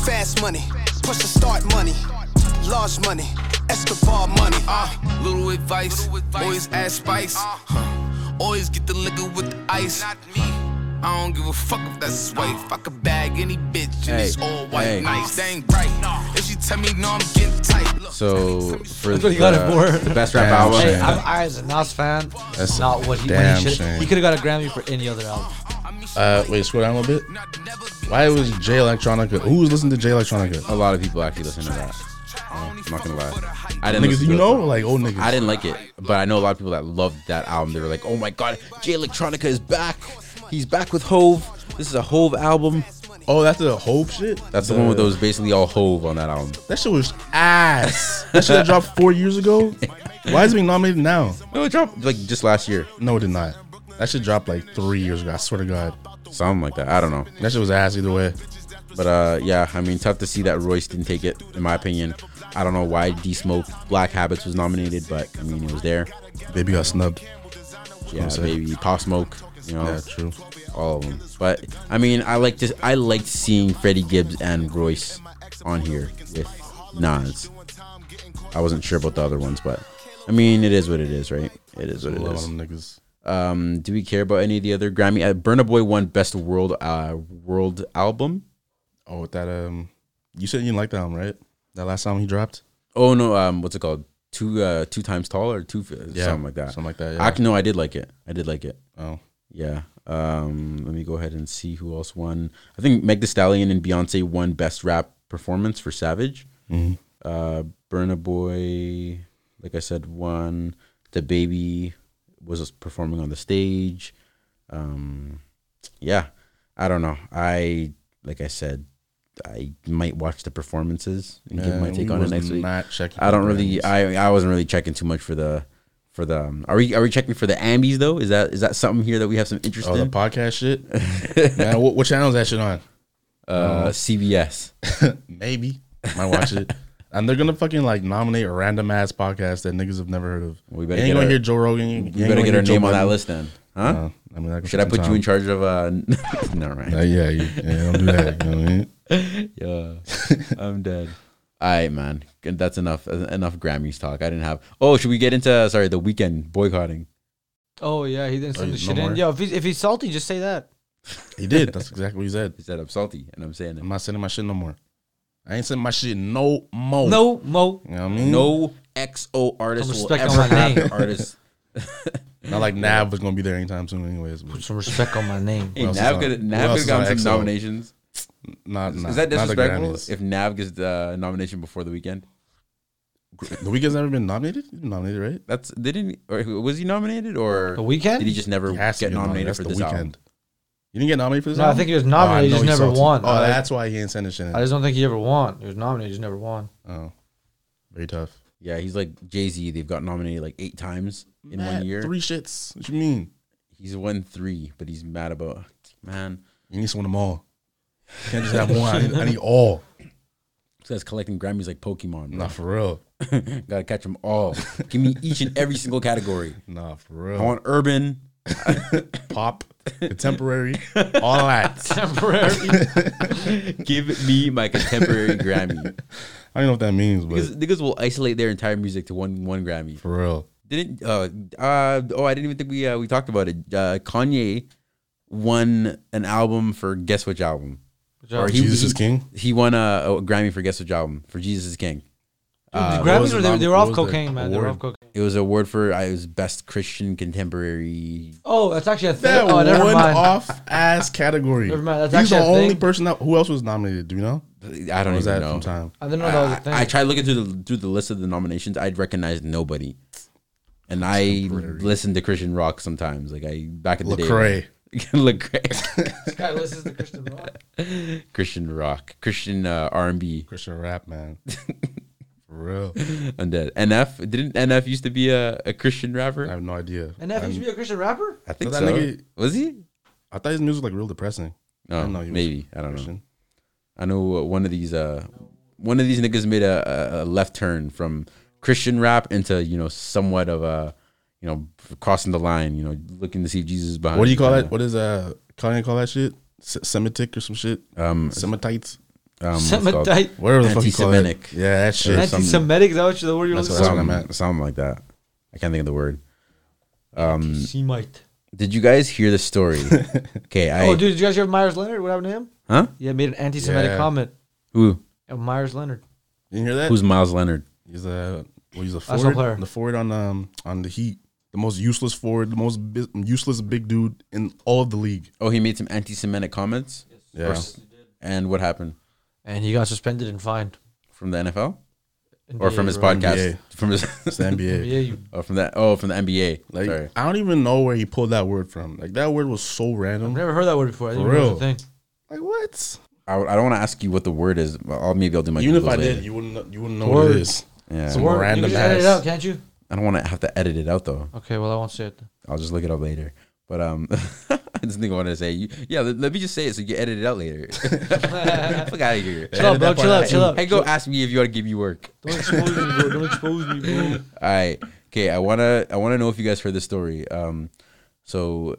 fast money, push the start money, large money, Escobar money. Uh, Little advice, always add spice. Huh. Always get the liquor with the ice. Not me. I don't give a fuck if that's white. Fuck a bag, any bitch, and Hey, it's all white. hey. Nice, they ain't right. If she tell me no, I'm getting tight. Look, So for what he got it for. the best rap Damn, album. Hey, shame. I'm, I as a Nas fan, that's That's not what he, what damn he should. shame. He could have got a Grammy for any other album. I mean, she Uh, wait, scroll down a little bit. not never be Why was Jay Electronica? Who was listening to Jay Electronica? A lot of people actually listen to that. I'm not gonna lie. I didn't Niggas, listen you to it. know, like old niggas. I didn't like it, but I know a lot of people that loved that album. They were like, "Oh my god, Jay Electronica is back! He's back with Hove. This is a Hove album. Oh, that's the Hope shit. That's the one with those basically all Hove on that album. That shit was ass. that shit that dropped four years ago. Why is it being nominated now? No, it dropped like just last year, No, it did not. That shit dropped like three years ago. I swear to God, something like that. I don't know, that shit was ass either way. but uh, yeah, I mean, tough to see that Royce didn't take it, in my opinion. I don't know why D Smoke Black Habits was nominated, but I mean, it was there. Baby got snubbed. Yeah, That's it. maybe Pop Smoke, you know, Yeah, true. all of them. But I mean, I like to, I liked seeing Freddie Gibbs and Royce on here with Nas. I wasn't sure about the other ones, but I mean, it is what it is, right? It is what A it lot of is. them niggas. Um, do we care about any of the other Grammy? Uh, Burna Boy won Best World uh, World Album. Oh, with that um, you said you didn't like that album, right? That last album he dropped. Oh no, um, what's it called? Two uh, two times tall or two yeah, something like that. Something like that. Yeah. I can, no, I did like it. I did like it. oh, Yeah. Um, let me go ahead and see who else won. I think Meg Thee Stallion and Beyonce won Best Rap Performance for Savage. Mm-hmm. Uh, Burna Boy, like I said, won. The Baby was performing on the stage. Um, yeah. I don't know. I like I said, I might watch the performances and give my Man, take we on it was next week. Not checking. I for don't really. Grammys. I I wasn't really checking too much for the for the. Um, are we are we checking for the Ambies though? Is that is that something here that we have some interest Oh, the in? podcast [laughs] shit. Man, what, what channel is that shit on? uh, [laughs] CBS. Maybe. Might watch [laughs] it. And they're gonna fucking like nominate a random ass podcast that niggas have never heard of. We better You ain't get gonna our- hear Joe Rogan. You ain't You better gonna get hear our Joe name on that Budden. list then, huh? Uh, I mean, that goes Should I for put some you time. in charge of? Uh, [laughs] never mind. Uh, yeah, you, yeah, don't do that. You know what I [laughs] mean? Yeah, [laughs] I'm dead. All right, man. Good, That's enough. Enough Grammys talk. I didn't have. Oh, should we get into sorry the weekend boycotting? Oh yeah, he didn't Oh, send you- the no shit more? in. Yo, if he's if he's salty, just say that. He did. That's exactly what he said. He said I'm salty, and I'm saying I'm it. not sending my shit no more. I ain't sending my shit no more. No mo. You know what I mean? No XO artist Put will respect on ever my have name. their artist. Not like Nav was gonna be there anytime soon, anyways. but Put some respect on my [laughs] name. Hey, else is Nav on- could who else Nav could is have gotten on some XO? nominations. Not, not is that not the disrespectful Grammys. if Nav gets the nomination before the weekend? the weekend's never been nominated. He's been nominated, right? That's they didn't or was he nominated or The Weeknd? Did he just never He has to get be nominated That's for The this album? Weeknd. You didn't get nominated for this? No, I album? think he was Oh, I nominated, he know just he's never salty. won. Oh, I- that's why he ain't sending shit. In. I just don't think he ever won. He was nominated, he just never won. Oh, very tough. Yeah, he's like Jay Z. They've got nominated like eight times in one Mad. year. Three shits. What you mean? He's won three, but he's mad about man. You need to win them all. You [laughs] can't just have one. I need, I need all. This guy's collecting Grammys like Pokemon. Nah, Bro. for real. [laughs] Gotta catch them all. Give me each and every [laughs] single category. Nah, for I real. want urban. pop, contemporary, all [laughs] that. [laughs] [laughs] Temporary. Give me my [laughs] contemporary Grammy. I don't know what that means, Because but niggas will isolate their entire music to one one Grammy. for real. didn't uh, uh oh I didn't even think we uh, we talked about it. Uh, Kanye won an album for guess which album? Or he- Jesus he- is King? [laughs] He won a, a Grammy for guess which album for Jesus is King. the uh, what was Grammys the were they, nom- they were what off was the cocaine, man. They were award? off cocaine. It was an award for I was best Christian contemporary. Oh, that's actually a thing. That Oh, never one mind. off ass category. Never mind, that's He's the actually a only thing. person that who else was nominated. Do you know? I don't Or was that even know. from time? I didn't know that was a thing. I, I tried looking through the through the list of the nominations. I'd recognize nobody. And I listen to Christian rock sometimes. Like I back in the [laughs] Lecrae. day, Lecrae, this [laughs] guy listens to Christian rock. [laughs] Christian rock, Christian uh, R and B. Christian [laughs] rap, man. for real. Undead. NF didn't NF used to be a, a Christian rapper? I I, have no idea. And that used to be a Christian rapper? think that so. nigga- was he? I thought his music was like real depressing. No, didn't know he was maybe I don't know. Christian. I know uh, one of these uh one of these niggas made a, a- a left turn from Christian rap into you know somewhat of a you know crossing the line. You know, looking to see if Jesus is behind. What do you call that? Kinda. What is uh Kanye call that shit? Se- Semitic or some shit? Um, Semitites? um, what's [laughs] it called? Semite. Whatever the fuck you call it. Anti-Semitic. Yeah, that shit. Anti Semitic, is that what you- the word you're That's looking what for? I'm- Something, something like that. I can't think of the word. Semite. Did you guys hear [laughs] the story? okay, I Oh, dude, did you guys hear Myers Leonard? What happened to him? huh? Yeah, made an anti Semitic Yeah. comment. Who? of Myers Leonard. You didn't hear that? Who's Miles Leonard? He's a well, he's a That's forward, my player. the forward on um on the Heat, the most useless forward, the most bi- useless big dude in all of the league. Oh, he made some anti-Semitic comments. Yeah, And what happened And he got suspended and fined. from the NFL? or from his podcast, NBA. from his [laughs] It's the [laughs] NBA. Yeah, you or from that. Oh, from the NBA. Like Sorry. I don't even know where he pulled that word from. Like that word was so random. never heard that word before. I didn't For realize real. the thing. Like what? I, I don't want to ask you what the word is. But I'll, maybe I'll do my Even if Googles I later. did, you wouldn't know, you wouldn't know what Word. it is. yeah. Some Word, you random can edit it out, ass. can't you? I don't want to have to edit it out though. Okay, well I won't say it. Then. I'll just look it up later. But um, [laughs] this nigga wanted to say, you, yeah, let, let me just say it so you can edit it out later. [laughs] Fuck out of here. Chill out, bro. Chill out. Chill out. Hey, go ask me if you want to give me work. Don't expose me, bro. Don't expose me, bro. All right. Okay. I wanna I wanna know if you guys heard this story. Um, so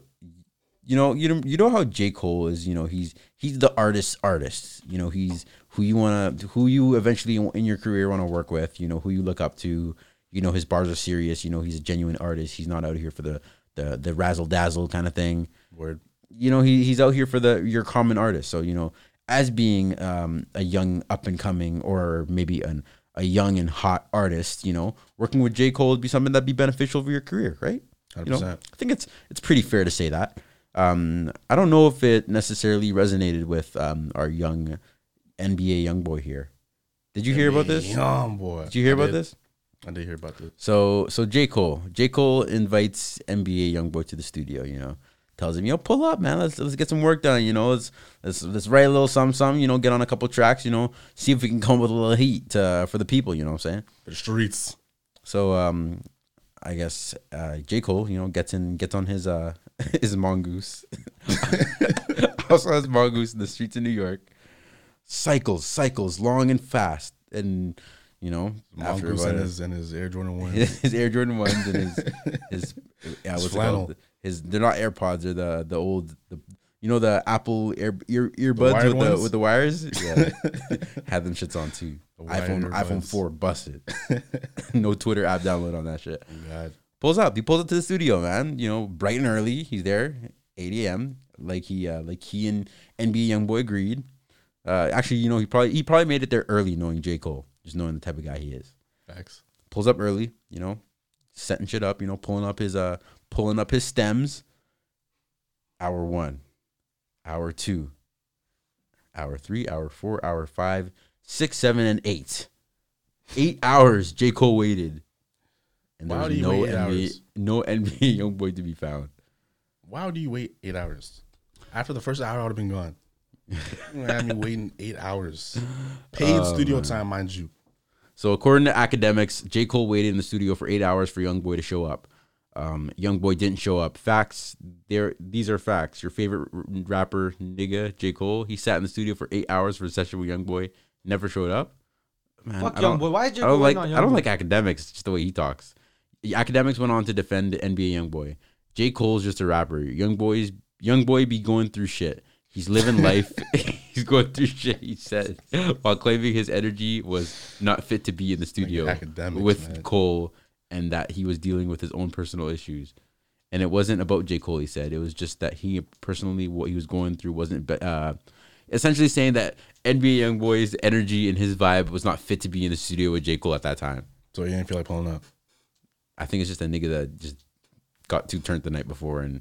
you know you know, you know how J Cole is. You know he's he's the artist artist. You know he's who you wanna who you eventually in your career wanna work with. You know who you look up to. You know his bars are serious. You know he's a genuine artist. He's not out here for the the the razzle dazzle kind of thing Word. you know he, he's out here for the your common artist so you know as being um, a young up and coming or maybe an a young and hot artist you know working with j cole would be something that'd be beneficial for your career right You know, 100%. i think it's it's pretty fair to say that um, i don't know if it necessarily resonated with um, our young nba young boy here did you hear about this Yum boy. did you hear I about did. this I did hear about this. so so J Cole, J Cole invites NBA YoungBoy to the studio. You know, tells him, "Yo, pull up, man. Let's let's get some work done. You know, let's let's let's write a little something, something. You know, get on a couple tracks. You know, see if we can come up with a little heat uh, for the people. You know what I'm saying? The streets. So um, I guess uh, J Cole, you know, gets in gets on his uh [laughs] his mongoose. [laughs] also has mongoose in the streets of New York. Cycles, cycles, long and fast, and you know, Mongoose about and a- his and his Air Jordan [laughs] one. [laughs] his Air Jordan ones and [laughs] his his yeah, what's it flannel. called? His they're not AirPods, they're the the old the you know the Apple ear, ear earbuds wired with the ones? with the [laughs] wires. Yeah, had them shits on too. wired iPhone iPhone earbuds. four busted. [laughs] no Twitter app download on that shit. God. Pulls up. He pulls up to the studio, man. You know, bright and early. He's there, eight a.m. Like he uh, like he and NBA YoungBoy agreed. Uh, actually, you know, he probably he probably made it there early, knowing J Cole, just knowing the type of guy he is Facts. pulls up early, you know, setting shit up, you know, pulling up his uh pulling up his stems. Hour one, hour two, hour three, hour four, hour five, six, seven, and eight. Eight hours J. Cole waited. And there Why was would he no wait eight NBA, hours? no NBA young boy to be found. Why do you wait eight hours? After the first hour, I would have been gone. you had [laughs] me waiting eight hours. Paid studio time, mind you. So according to academics, J. Cole waited in the studio for eight hours for YoungBoy to show up. Um, YoungBoy didn't show up. Facts. There, these are facts. Your favorite r- rapper, nigga, J. Cole, he sat in the studio for eight hours for a session with YoungBoy, never showed up. Man, Fuck I don't- YoungBoy. Why is J. I don't Cole like. waiting I on don't YoungBoy? like academics. It's just the way he talks. Academics went on to defend NBA YoungBoy. J. Cole's just a rapper. YoungBoy's YoungBoy be going through shit. He's living life. [laughs] He's going through shit. He said while claiming his energy was not fit to be in the studio academics, with man. Cole, and that he was dealing with his own personal issues. And it wasn't about J. Cole. He said it was just that he personally what he was going through wasn't. be- Uh, essentially saying that NBA YoungBoy's energy and his vibe was not fit to be in the studio with J. Cole at that time. So you didn't feel like pulling up. I think it's just a nigga that just got too turned the night before and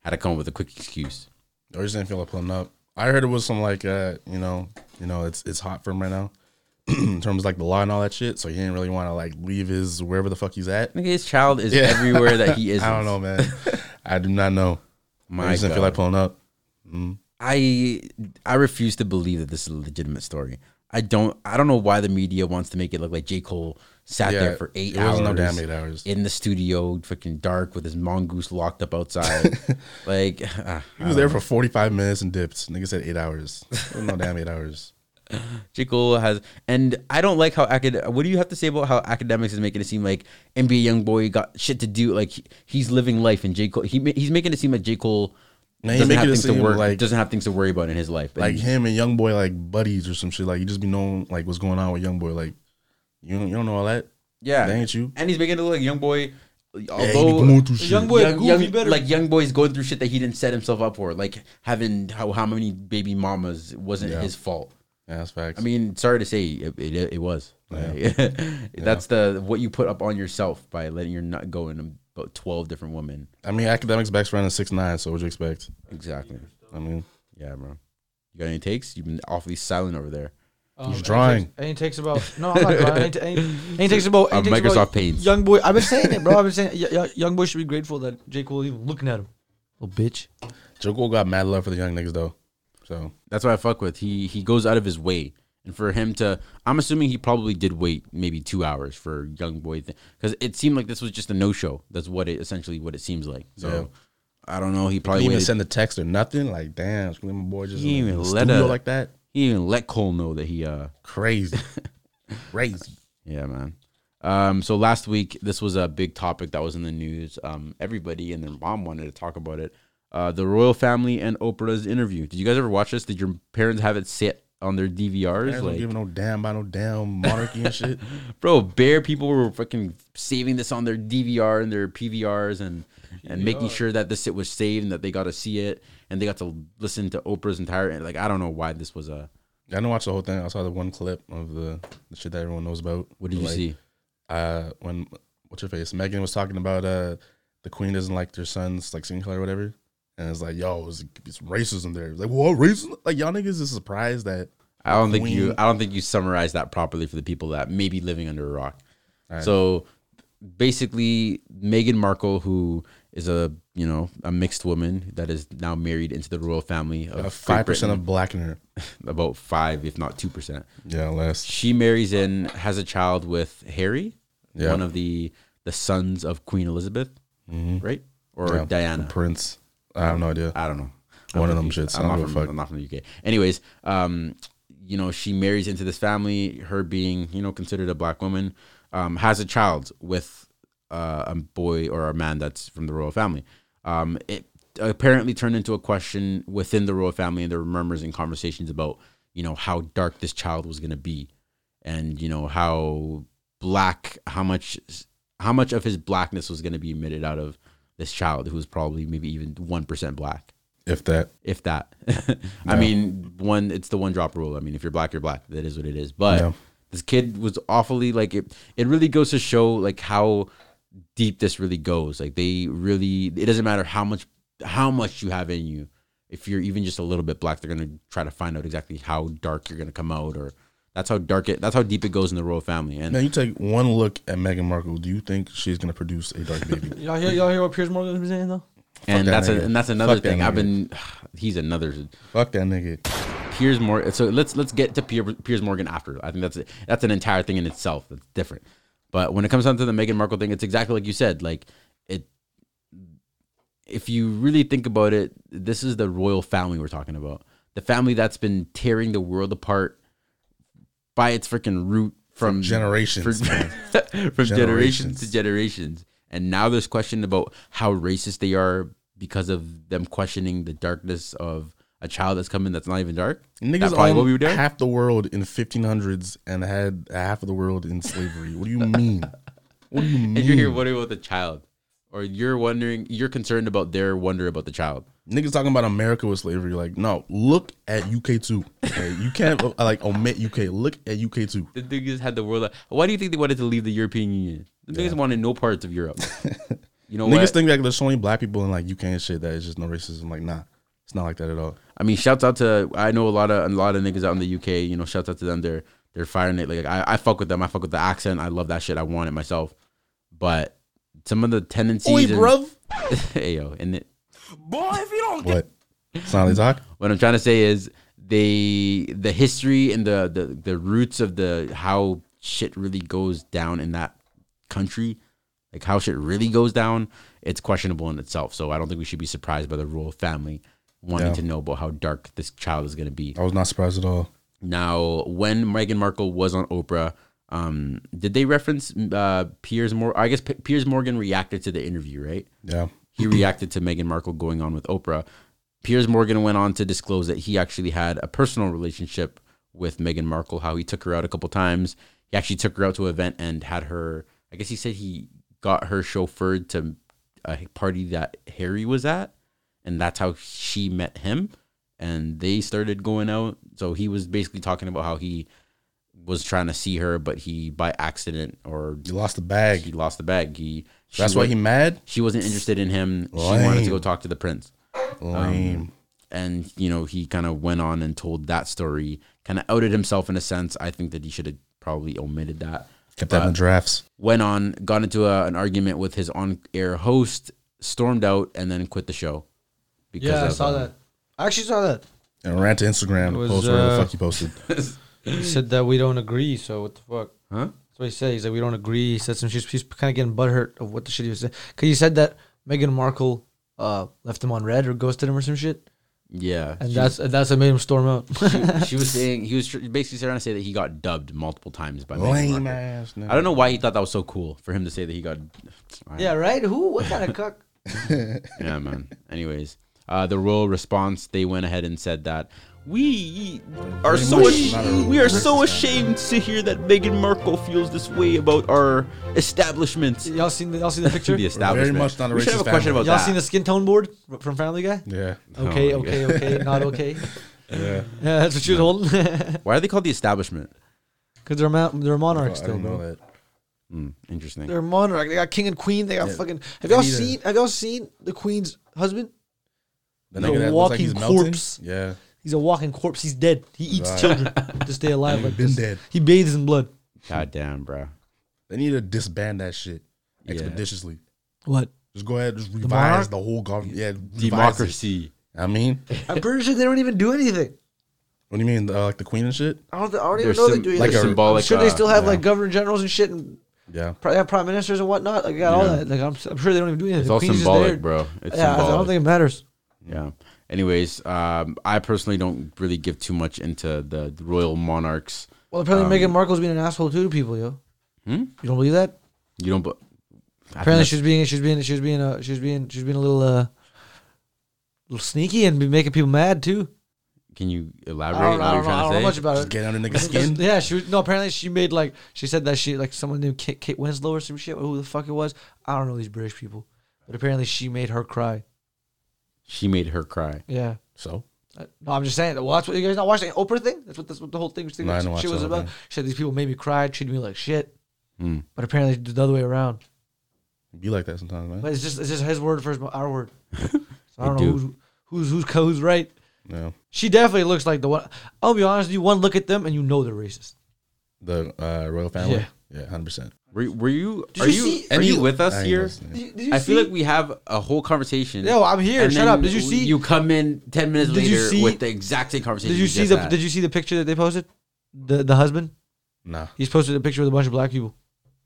had to come up with a quick excuse. Or you just didn't feel like pulling up. I heard it was some like uh, you know, you know, it's it's hot for him right now. [clears throat] in terms of like the law and all that shit. So he didn't really want to like leave his wherever the fuck he's at. Nigga, his child is everywhere that he [laughs] is. I don't know, man. I do not know. I [laughs] My just didn't feel God. like pulling up. I I refuse to believe that this is a legitimate story. I don't I don't know why the media wants to make it look like J. Cole sat Yeah, there for eight it hours. wasn't no damn eight hours. In the studio, freaking dark with his mongoose locked [laughs] up outside. like [sighs] ah, He was there for forty five minutes and dipped. Nigga said eight hours. no damn eight [laughs] hours. J. Cole has, and I don't like how acad. What do you have to say about how academics is making it seem like NBA young boy got shit to do? Like he- he's living life, and J. Cole he ma- he's making it seem like J. Cole Man, he doesn't making have it things to seem work, like- doesn't have things to worry about in his life. And Like him and Young Boy like buddies or some shit. Like you just be knowing like what's going on with Young Boy. Like you don't, you don't know all that. yeah, that ain't you. And he's making it look like young boy, although. Yeah, he be going through shit. Young boy, young, goofy young- better. like young boys going through shit that he didn't set himself up for, like having how, how many baby mamas wasn't Yeah. his fault. Yeah, that's facts. I mean, sorry to say, it, it, it was. Like, [laughs] That's the what you put up on yourself by letting your nut go in about twelve different women. I mean, academics backs running six nine. So what'd you expect? Exactly. I mean, Yeah, bro. You got any takes? You've been awfully silent over there. Um, and it drawing. takes- And it takes about no, I'm not drawing. And it, and it- and it takes about and it Uh, takes Microsoft about pains. Young boy, I've been saying it, bro. I've been saying y- y- young boy should be grateful that J Cole even looking at him, little bitch. Joel got mad love for the young niggas though. So That's what I fuck with. He he goes out of his way, and for him to, I'm assuming he probably did wait maybe two hours for Young Boy because it seemed like this was just a no show. That's what it essentially what it seems like. So Yeah. I don't know. He he probably didn't even waited- send the text or nothing. Like damn, screw my boy just He in even the let studio a- like that. he didn't even let Cole know that he uh [laughs] Crazy, crazy. Yeah, man. Um, so last week, this was a big topic that was in the news. Um, everybody and their mom wanted to talk about it. Uh, the royal family and Oprah's interview. Did you guys ever watch this? Did your parents have it sit on their DVRs? Parents don't give Like, no damn about no damn monarchy and [laughs] shit. bro, bare people were fucking saving this on their DVR and their PVRs and and making sure that this shit was saved and that they got to see it and they got to listen to Oprah's entire. Like, I don't know why this was a. I didn't watch the whole thing. I saw the one clip of the, the shit that everyone knows about. What did you Like, see? Uh, when what's your face? Megan was talking about uh the queen doesn't like their son's like skin color or whatever, and it's like yo, it's, it's racism there. It's like what racism? Like y'all niggas is surprised that I don't think you Queen. I don't think you summarized that properly for the people that may be living under a rock. So basically Meghan Markle who is a you know a mixed woman that is now married into the royal family of Great five percent Britain, of black [laughs] in her. about 5 if not 2%. Yeah, less. She marries in has a child with Harry, Yeah. one of the the sons of Queen Elizabeth, right? Or Mm-hmm. Yeah, Diana. Prince. I have no idea. I don't know. One I'm of them confused. shits. I'm I not, don't give a from, fuck. I'm not from the UK. Anyways, um, you know, she marries into this family. Her being, you know, considered a black woman, um, has a child with uh, a boy or a man that's from the royal family. Um, it apparently turned into a question within the royal family, and there were murmurs and conversations about, you know, how dark this child was going to be, and you know how black, how much, how much of his blackness was going to be emitted out of this child who was probably maybe even one percent black if that. if that. [laughs] I mean, one, it's the one drop rule. I mean, if you're black, you're black. That is what it is. But Yeah. this kid was awfully like it. It really goes to show like how deep this really goes. Like they really, it doesn't matter how much how much you have in you. If you're even just a little bit black, they're gonna try to find out exactly how dark you're gonna come out, or that's how dark it. That's how deep it goes in the royal family. And Now you take one look at Meghan Markle. Do you think she's gonna produce a dark baby? [laughs] Y'all hear, y'all hear what Piers Morgan's been saying though? and that that's a, nigga. and that's another Fuck that thing. I've nigga. been. [sighs] He's another. Fuck that nigga. Piers Morgan. So let's let's get to Pier, Piers Morgan after. I think that's that's an entire thing in itself. That's different. But when it comes down to the Meghan Markle thing, it's exactly like you said. Like it, if you really think about it, this is the royal family we're talking about. The family that's been tearing the world apart by its freaking root from Generations. for- man. [laughs] from generations to Generations. generations. And now there's question about how racist they are because of them questioning the darkness of a child that's coming that's not even dark. Niggas That probably owned what we were doing. half the world in 1500s and had half of the world in slavery. What do you mean? What do you mean? and you're here wondering about the child, or you're wondering, you're concerned about their wonder about the child. Niggas talking about America with slavery. Like, no, look at UK too. Okay? You can't uh, like omit UK. Look at UK too. The niggas had the world. Why do you think they wanted to leave the European Union? The niggas wanted no parts [laughs] of Europe. You know Niggas what? think like there's so many black people in like UK and shit that it's just no racism. Like, nah, it's not like that at all. I mean, shouts out to I know a lot of a lot of niggas out in the UK. You know, shouts out to them. They're they're firing it. Like I, I fuck with them. I fuck with the accent. I love that shit. I want it myself. But some of the tendencies. Oi, and- bruv. [laughs] hey yo, and it, What? It's not how they talk. what I'm trying to say is they the history and the the the roots of the how shit really goes down in that country, like how shit really goes down. It's questionable in itself. So I don't think we should be surprised by the royal family wanting Yeah. to know about how dark this child is gonna be. I was not surprised at all. Now, when Meghan Markle was on Oprah, um, did they reference uh, Piers Mor? I guess P- Piers Morgan reacted to the interview, right? Yeah. He reacted to Meghan Markle going on with Oprah. Piers Morgan went on to disclose that he actually had a personal relationship with Meghan Markle, how he took her out a couple times. He actually took her out to an event and had her, I guess he said he got her chauffeured to a party that Harry was at. And that's how she met him. And they started going out. So he was basically talking about how he was trying to see her, but he, by accident or You lost the he bag. lost the bag. He she That's why went- he mad. she wasn't interested in him. She wanted to Lame. go talk to the prince. Lame. And, you know, he kind of went on and told that story, kind of outed himself in a sense. I think that he should have probably omitted that. Kept that in the drafts. Went on, got into a, an argument with his on-air host, stormed out, and then quit the show. Because Yeah, I of, saw um, that. I actually saw that. And ran to Instagram It to was, post whatever the uh, fuck you posted. He said that we don't agree, so what the fuck? Huh? That's what he said. He said we don't agree. He said some shit. He's kind of getting butthurt of what the shit he was saying. Cause he said that Meghan Markle uh, left him on red or ghosted him or some shit, Yeah. and she- that's and that's what made him storm out. [laughs] she, she was saying he was tr- basically trying to say that he got dubbed multiple times by Meghan Lame Markle. ass. I don't know why he thought that was so cool for him to say that he got. yeah, right. Who? What [laughs] kind of cuck? yeah, man. Anyways, uh, the royal response they went ahead and said that we are Pretty so much ash- not a- we are so ashamed to hear that Meghan Markle feels this way about our establishment. Y'all seen the, y'all [laughs] seen the picture? The establishment. much not a we should have a racist question family. about Y'all that. seen the skin tone board from Family Guy? Yeah. Okay, Oh my okay, okay, not okay. Yeah. [laughs] Yeah, that's what she was holding. [laughs] Because Why are they called the establishment? they're, ma- they're monarchs I still, don't know bro. that. Hmm, interesting. They're monarch. They got king and queen. They got fucking. Have y'all need a- seen? Have y'all seen the queen's husband? The The nigga that looks like walking he's melting? corpse. Yeah. He's a walking corpse. He's dead. He eats Right. [laughs] children to stay alive. Like Been this. dead. He bathes in blood. God damn, bro. They need to disband that shit expeditiously. What? Just go ahead, just monarch? revise the, whole government. Yeah, revise it. Democracy. I mean, what I'm pretty sure they don't even do anything. do you mean, uh, like the queen and shit? I don't. I don't They're even know sym- they do anything. like a symbolic. I'm sure they uh, still have yeah. like governor generals and shit, and Yeah, pri- have prime ministers and whatnot. Like, they got all Yeah. that. Like, I'm, s- I'm sure they don't even do anything. It's The all queen's just there. symbolic, bro. It's Yeah, I- symbolic. I don't think it matters. Yeah. Anyways, um, I personally don't really give too much into the, the royal monarchs. Well, apparently Meghan Markle's being an asshole too to people, yo. Um, Hmm? You don't believe that? You don't. bu- I think Apparently that's- she's being she's being she's being uh, she's being she's being a little uh little sneaky and be making people mad too. Can you elaborate? I don't, on I don't know, what I you're don't know trying to much say? about just it. get [laughs] under niggas' Just- skin. yeah, she was, no. Apparently, she made like she said that she like someone named Kate, Kate Winslow or some shit. Who the fuck it was? I don't know these British people, but apparently she made her cry. She made her cry. Yeah. So Uh, No, I'm just saying. Well, that's what you guys not watching the Oprah thing. That's what that's what the whole thing was, No, I didn't she watch was the whole about. thing. Hmm. She said these people made me cry, treated me like shit. Mm. But apparently, it's the other way around. be like that sometimes, man. But it's just it's just his word versus our word. So I don't They know do. who's who's who's co- who's right. Yeah, She definitely looks like the one. I'll be honest with you. One look at them and you know they're racist. the uh, royal family. Yeah. Yeah, hundred percent. Were, were you? Did are you you? see- are And you you- with us I ain't here? listening. Did you, did you I feel see- like we have a whole conversation. Yo, I'm here. and Shut then up. Did you w- see- You come in ten minutes Did you later see- with the exact same conversation. Did you see just the had. Did you see the picture that they posted? The the husband. Nah. He's posted a picture with a bunch of black people.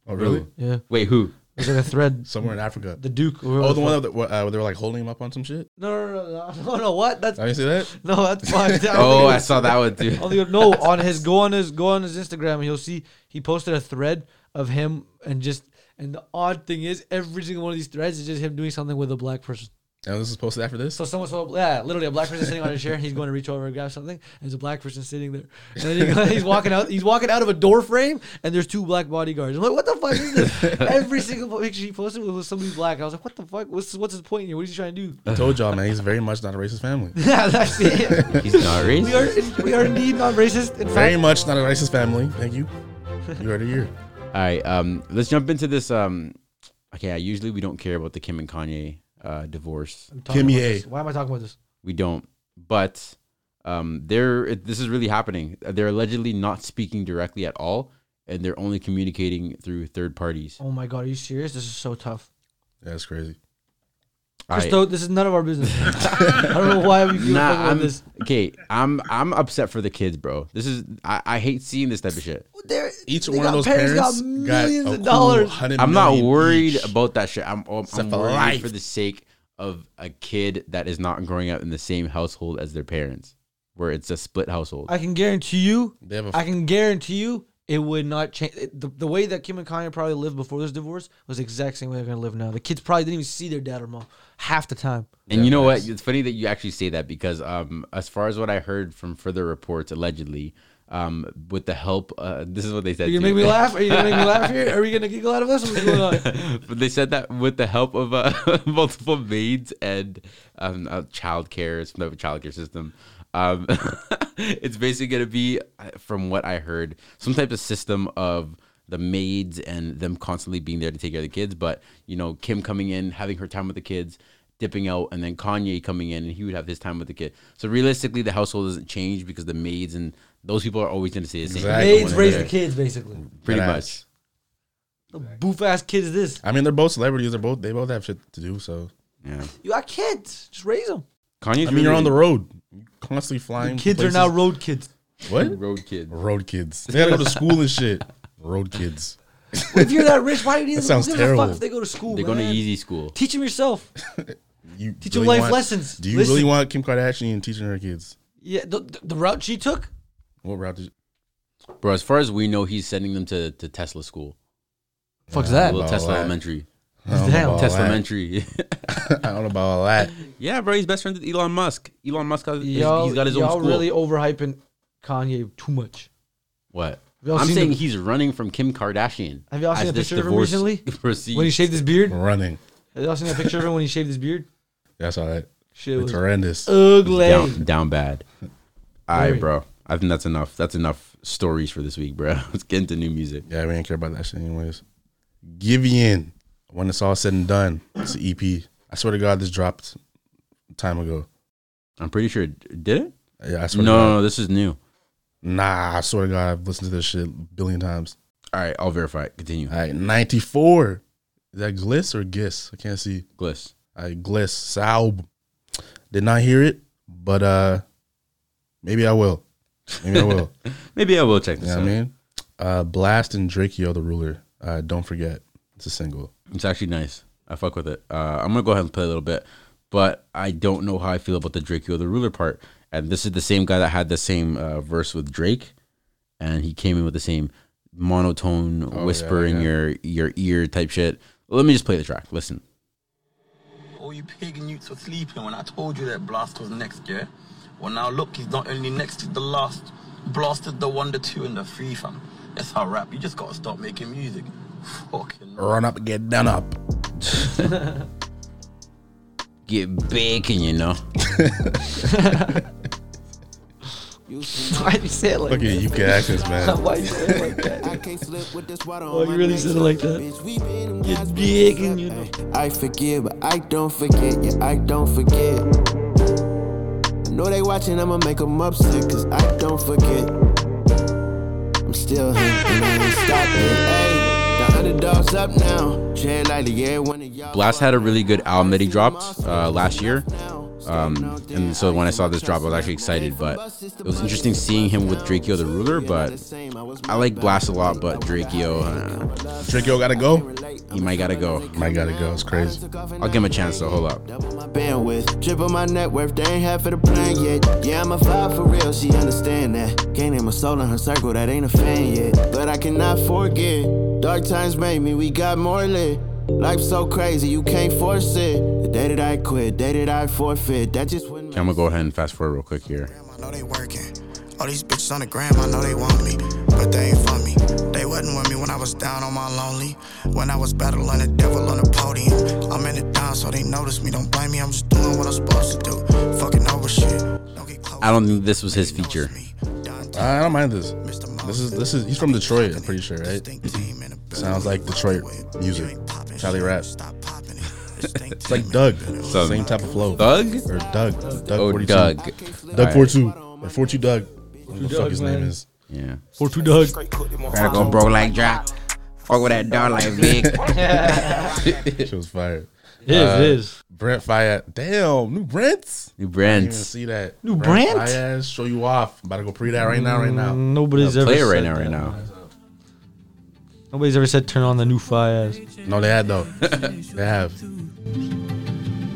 Oh really? Yeah, Wait, who? [laughs] it's like a thread. Somewhere in Africa. The Duke. or whoever Oh, [laughs] the one fuck- that uh, where they were like holding him up on some shit. No, no, no, no, no, no. What? That's I didn't see that. no. That's fine. Oh, I saw that one too. Oh, the- [laughs] no, on his go on his go on his Instagram, and you'll see he posted a thread of him and just and the odd thing is every single one of these threads is just him doing something with a black person. And this is posted after this. So someone saw yeah, literally a black person sitting on a chair, and he's going to reach over and grab something, and there's a black person sitting there, and then he go- [laughs] he's walking out, he's walking out of a door frame, and there's two black bodyguards. I'm like, what the fuck is [laughs] this? every single picture he posted was somebody black. I was like, what the fuck? What's what's his point here? What is he trying to do? I told y'all, man, he's very much not a racist family. [laughs] yeah, [laughs] that's it. He's [laughs] not We are racist. we are indeed non-racist. In fact, Very much not a racist family. Thank you. You heard it here. All right, um, let's jump into this. Um, okay, usually we don't care about the Kim and Kanye uh, divorce. Talking Gimme about a. this. Why am I talking about this? We don't. But um, they're it, this is really happening. They're allegedly not speaking directly at all, and they're only communicating through third parties. Oh my god, are you serious? This is so tough. Yeah, it's crazy. I- Christo, this is none of our business. [laughs] I don't know why we feel nah, nah, I'm this. okay. I'm I'm upset for the kids, bro. This is I, I hate seeing this type of shit. They're, Each they one of got those parents parents, got got millions a of cool dollars. 100 I'm not million worried each. about that shit. I'm I'm, I'm for worried life. for the sake of a kid that is not growing up in the same household as their parents, where it's a split household. I can guarantee you. They have a I can guarantee you. It would not change. it- The, the way that Kim and Kanye probably lived before this divorce was the exact same way they're going to live now. The kids probably didn't even see their dad or mom half the time. And you know what? It's funny that you actually say that because, um, as far as what I heard from further reports, allegedly, um, with the help, uh, this is what they said. Are you too. going to make me laugh? Are you going to make me laugh here? Are we going to giggle out of this? What's going [laughs] on? but they said that with the help of uh, [laughs] multiple maids and um, uh, childcare, some type of childcare system, um, [laughs] it's basically going to be, uh, from what I heard, some type of system of the maids and them constantly being there to take care of the kids. But you know, Kim coming in, having her time with the kids, dipping out, and then Kanye coming in, and he would have his time with the kid. So realistically, the household doesn't change because the maids and those people are always going to say the same. Exactly. thing. Maids Maids raise there. the kids, basically. pretty Deadass. much. The boof ass kid is this. I mean, they're both celebrities. They're both they both have shit to do. So Yeah, You got kids. Just raise them. Kanye's. I mean, you're really- on the road, constantly flying. Kids places. are now road [laughs] kids. what? road kid. Road kids. They gotta go to school and shit. Road kids. if you're that rich, why do you need That to sounds give a terrible. fuck if they go to school? They're man? going to easy school. Teach them yourself. You Teach 'em life want- lessons. Do you Listen. really want Kim Kardashian teaching her kids? Yeah, the, the- the route she took. What route did you? Bro, as far as we know, he's sending them to, to Tesla school. Fuck's that? Little Oh, Tesla wow. elementary. I don't know Damn. about all Tesla that. elementary. [laughs] [laughs] I don't know about all that. yeah, bro, he's best friends with Elon Musk. Elon Musk has he's- Y'all, he's got his own y'all school. really overhyping Kanye too much. what? Y'all I'm seen saying the- he's running from Kim Kardashian. Have y'all seen as a this picture of him divorce recently? [laughs] proceeds. When he shaved his beard, Running. have y'all seen that picture of him when he shaved his beard? That's all that. Shit It's was horrendous. ugly. down, down bad. All Very. right, bro. I think that's enough. That's enough stories for this week, bro. [laughs] Let's get into new music. Yeah, we didn't care about that shit anyways. Give in when it's all said and done. It's an EP. I swear to God, this dropped time ago. I'm pretty sure did it? Yeah, I No, swear. no, to God. no, this is new. Nah, I swear to God, I've listened to this shit a billion times. All right, I'll verify it. Continue. All right, ninety four. Is that Gliss or Giss? I can't see. Gliss. I Gliss Saub. Did not hear it, but uh, maybe I will. Maybe I will. Maybe I will check you this know out. what I mean? Uh, Blast and Drakeo the Ruler. Uh, don't forget, it's a single. It's actually nice. I fuck with it. Uh, I'm gonna go ahead and play a little bit, but I don't know how I feel about the Draco the Ruler part. And this is the same guy that had the same uh, verse with Drake, and he came in with the same monotone Oh, whisper yeah, in yeah. your your ear type shit. Let me just play the track. Listen. All you pagan youths were sleeping when I told you that Blast was next, yeah? Well, now look, he's not only next, he's the last. Blasted the one, the two, and the three, fam. That's how rap. You just gotta stop making music. Fucking. Run up, get done up. [laughs] Get bacon, you know. [laughs] Why did you say it like Look at you, UK accents, man. that? Why you say it like that? I can't slip with this water Oh, on you my really neck. said it like that? Bitch, we been them You're guys we big been and you slept, ay. I forgive, but I don't forget. Yeah, I don't forget. I know they watching, I'ma make them upset, cause I don't forget. I'm still here, and I ain't stopping. Ay, the underdog's up now. Jay like the yeah, one of y'all. Blast had a really good album that he dropped uh, last year. Um, and so when I saw this drop, I was actually excited. But it was interesting seeing him with Drakeo the Ruler. But I like Blast a lot, but Drakeo, uh, Drakeo gotta go. he might gotta go. My gotta go. It's crazy. I'll give him a chance though. Hold up. my bandwidth. Triple my net worth, they ain't half of the plan yet. Yeah, I'm a five for real, she understand that. Can't name a soul in her circle that ain't a fan yet. But I cannot forget. Dark times made me, we got more lit. Life's so crazy, you can't force it. The day that I quit, day that I forfeit, that just wouldn't I'm gonna go ahead and fast forward real quick here. I know they working. All these bitches on the gram, I know they want me, but they ain't for me. They wasn't with me when I was down on my lonely. When I was battling the devil on the podium. I'm in the down, so they notice me. Don't blame me, I'm just doing what I'm supposed to do. Fucking over shit. Don't get close. I don't think this was his feature. I don't mind this. This is this is he's from Detroit, I'm pretty sure, right? [clears throat] Sounds like Detroit music. Charlie Rap. [laughs] It's like Doug. Same type of flow. Thug? Or Doug. Doug Oh, 42. Doug. Doug 42. Or 42 Doug. What the fuck his name is? Yeah. Or two dogs. Gotta go bro like Jack. Fuck with that dog like Vic. She was fired. It is, Uh, it is. Brent Fayette. Damn, new Brent's. [laughs] New Didn't even brands. see that. New Brent? Fayette, show you off. I'm about to go pre that right now, right Mm. now. Nobody's ever Play it said right now, right that. now. Nobody's ever said turn on the new fire. ass." No, they had [laughs] though. they have.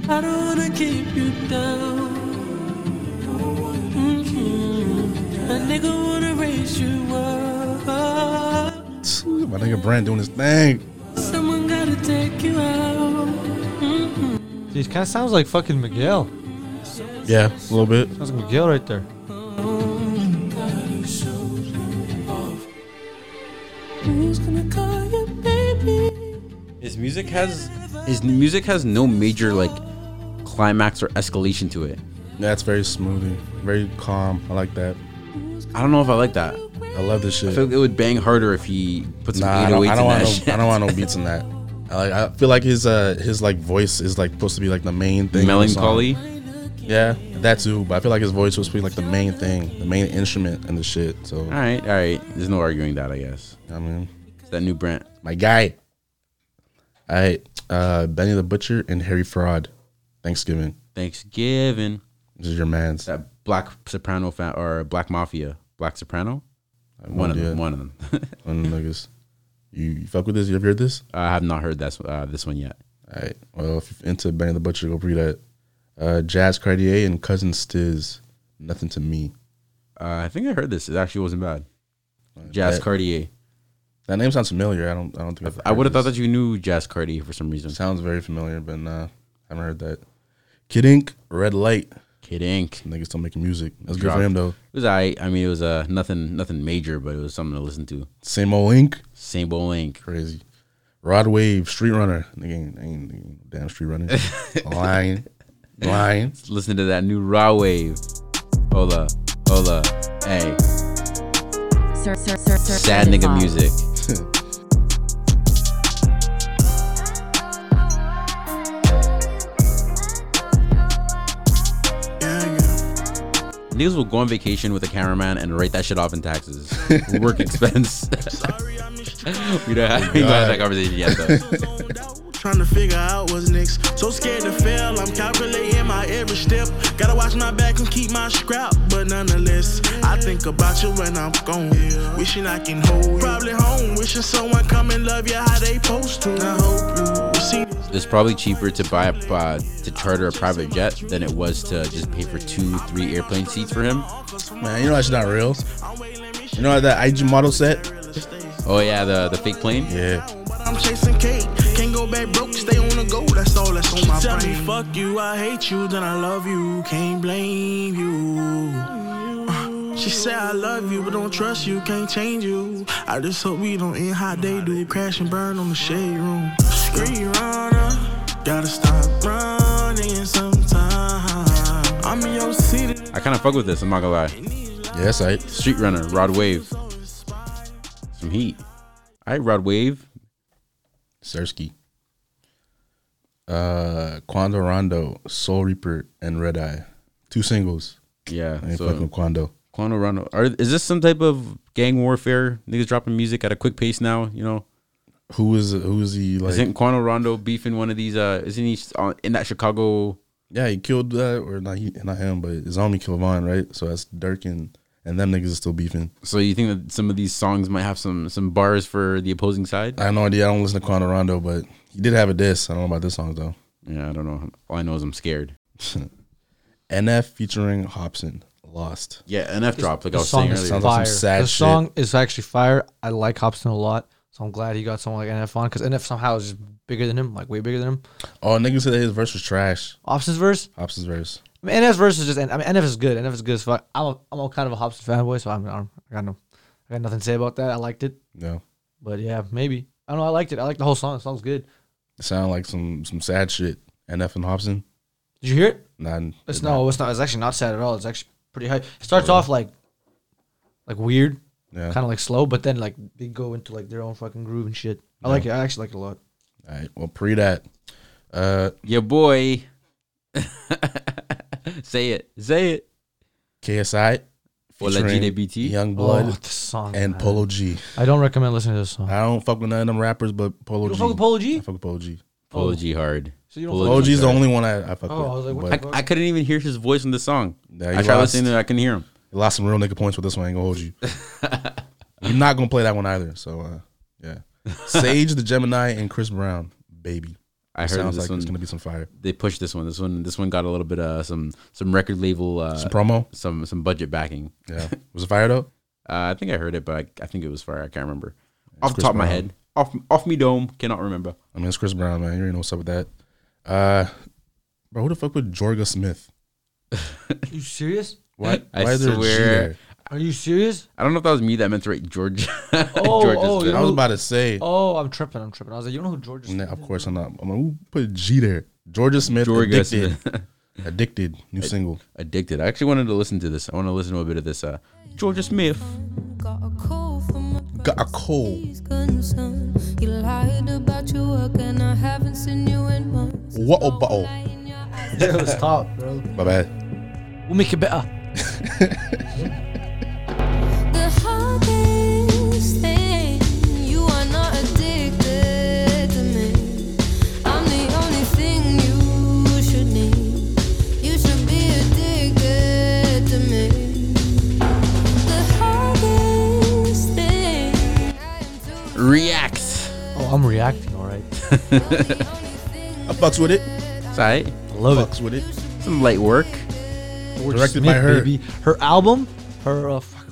I don't wanna keep you down. Mm-mm. Mm-hmm. A nigga wanna raise you up. My nigga Brent doing his thing. Someone gotta take you out. Mm-mm. He kind of sounds like fucking Miguel. Yeah, a little bit. Sounds like Miguel right there. Who's gonna call you baby? His music has his music has no major like climax or escalation to it. That's very smoothing, very calm. I like that. I don't know if I like that. I love this I shit. feel like it would bang harder if he put some Nah, I don't, 808s I in don't that [laughs] want shit. no, I don't want no beats in that. I, like, I feel like his uh his like voice is like supposed to be like the main thing. in the song. Melancholy? Yeah, that too. But I feel like his voice was supposed to be like the main thing, the main instrument and the shit. So all right, all right. There's no arguing that, I guess. I mean, it's that new Brent, my guy. All right, uh, Benny the Butcher and Harry Fraud, Thanksgiving. Thanksgiving. This is your man's. That Black Soprano fa- or Black Mafia, Black Soprano. One of idea. them. One of them. [laughs] One of them niggas. You, you fuck with this? You ever heard this? I have not heard this uh, this one yet. All right. Well, if you're into Benny the Butcher, go read that. Uh, Jazz Cartier and Cousin Stiz, nothing to me. Uh, I think I heard this. It actually wasn't bad. Jazz that- Cartier. That name sounds familiar. I don't. I don't think. I've I would have heard thought this. that you knew Jazz Cartier for some reason. Sounds very familiar, but nah, haven't heard that. Kid Ink, Red Light. Kid Ink. Niggas still making music. That's good Dropped. for him though. It was I. I mean, it was uh nothing nothing major, but it was something to listen to. Same old Ink, Same old Ink. crazy. Rod Wave, Street Runner. Nigga ain't, ain't, ain't damn Street Runner. lying, lying. [laughs] Let's listen to that new Raw Wave. Hold up, hold up, hey. Sir, sir, sir, sir. Sad nigga certified. music. Niggas will go on vacation with a cameraman and write that shit off [laughs] in taxes. Work expense. [laughs] we don't have, we don't have that conversation yet, though. Trying to figure out what's next. So scared to fail, I'm calculating my every step. Gotta watch my back and keep my scrap, but nonetheless, I think about you when I'm gone. Wishing I can hold you. Probably home, wishing someone come and love you how they post to. I hope you see it's probably cheaper to buy a, uh, to charter a private jet than it was to just pay for two, three airplane seats for him. Man, you know that's not real. You know that IG model set? Oh yeah, the the fake plane. Yeah. what I'm chasing cake. Can't go back broke, stay on the go, that's all that's on my brain. Tell me fuck you, I hate you, then I love you, can't blame you. Uh, She said I love you, but don't trust you, can't change you. I just hope we don't end how they do, crash and burn on the shade room. Street runner, gotta stop running sometime. I'm in your city. I kind of fuck with this. I'm not gonna lie. Yes, I. Street Runner, Rod Wave, some heat. All right, Rod Wave. Sersky. Uh, Quando Rondo, Soul Reaper, and Red Eye. Two singles. Yeah. I ain't so- fucking with Quando. Quando Rondo. Are, is this some type of gang warfare? Niggas dropping music at a quick pace now. You know, Who is who is he like? isn't Quando Rondo beefing one of these? Uh, isn't he s- on- in that Chicago? yeah, he killed that, or not he, not him, but his homie killed Vaughn, right? So that's Dirk and and them niggas is still beefing. So you think that some of these songs might have some some bars for the opposing side? I have no idea. I don't listen to Quando Rondo, but he did have a diss. I don't know about this song though. Yeah, I don't know. All I know is I'm scared. NF featuring Hobson, Lost. Yeah, NF dropped like The I was saying song earlier. is Sounds like some fire. sad the shit. song is actually fire. I like Hobson a lot, so I'm glad he got someone like NF on because NF somehow is just bigger than him, like way bigger than him. Oh, niggas said that his verse was trash. Hobson's verse, Hobson's verse. I mean, NF's verse is just. I mean, NF is good. NF is good as fuck. I'm a, I'm a kind of a Hobson fanboy, so I'm, I'm I got no, I got nothing to say about that. I liked it, No, but yeah, maybe I don't know. I liked it. I liked the whole song. The song's good. it sounded like some some sad shit. NF and Hobson. Did you hear it? Nah, It's did no, not. it's not. It's actually not sad at all. It's actually pretty high. It starts off like, like weird, Yeah. kind of like slow, but then like they go into like their own fucking groove and shit. I like it. I actually like it a lot. All right. Well, pre that. Uh, Your boy. [laughs] say it. Say it. KSI. Well, like GDBT? Young Blood Oh, the song, and man. Polo G. I don't recommend listening to this song. I don't fuck with none of them rappers, but Polo You don't G. fuck with Polo G? I fuck with Polo G. Polo G hard. So you don't Polo Polo G's G's the hard. only one I, I fuck Oh, I was like, with. what but the fuck? I couldn't even hear his voice in the song. Yeah, he I tried lost. listening to it. I couldn't hear him. I lost some real nigga points with this one. I ain't gonna hold [laughs] you. I'm not gonna play that one either. So uh, yeah, Sage the Gemini and Chris Brown, baby. I It heard sounds this like one- it's gonna be some fire. They pushed this one. This one. This one got a little bit of some some record label uh, Some [laughs] promo. some some budget backing. Yeah, was it fire though? Uh, I think I heard it, but I, I think it was fire. I can't remember off the Chris top of my Brown. head. Off off me dome. Cannot remember. I mean, it's Chris Brown, man. You already know what's up with that. Uh, bro, who the fuck with Jorga Smith? you serious? Why? [laughs] I why is there a G swear. there? Are you serious? I don't know if that was me that meant to write [laughs] Georgia. Oh, oh, you I know was who- about to say. Oh, I'm tripping. I'm tripping. I was like, you know who George is? [laughs] Nah, of course I'm not. I'm like, who put G there? Georgia Smith, Georgia addicted, addicted, new single. [laughs] Addicted. I actually wanted to listen to this. I want to listen to a bit of this. Uh, Georgia Smith. Got a call from a Got a cold. friend's concern. You lied about your work and I haven't seen you in months. What a bottle. That was top, bro. My bad. We'll make it better. The hardest thing, you are not addicted to me. I'm the only thing you should need. You should be addicted to me. The hardest thing. Reacts. Oh, I'm reacting, all [laughs] right. I fucks with it. It's all right. Love it. with it. Some light work. George Directed by her. Baby. Her album, her uh, fuck,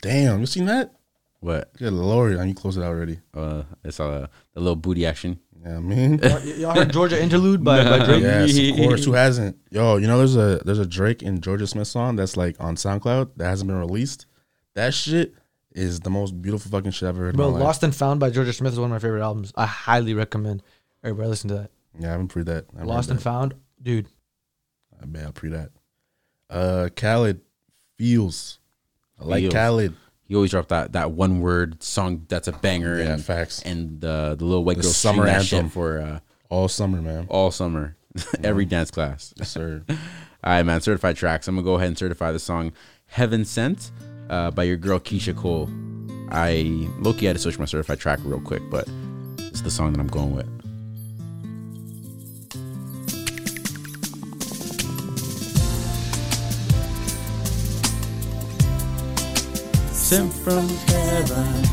Damn, you seen that? What? Good lord, and you closed it out already. Uh, it's uh, a little booty action. Yeah, [laughs] I mean. y'all [laughs] heard Georgia interlude by, by Drake. Yes, of course. Who hasn't? Yo, you know there's a there's a Drake and Georgia Smith song that's like on SoundCloud that hasn't been released. That shit is the most beautiful fucking shit I've ever heard. Bro, in my life. Lost and Found by Georgia Smith is one of my favorite albums. I highly recommend everybody listen to that. Yeah, I haven't pre that. I haven't Lost heard and that. Found, dude. I bet I'll pre that. Uh, Khaled feels. I like Feels. Khaled. He always dropped that that one word song that's a banger. Yeah, and, facts. And the the little white The girl summer summer that shit anthem. for uh, all summer, man. all summer, [laughs] every dance class. Yes, sir. [laughs] All right, man. Certified tracks. I'm gonna go ahead and certify the song "Heaven Sent" uh, by your girl Keisha Cole. I Loki had to switch my certified track real quick, but it's the song that I'm going with. Sent from heaven.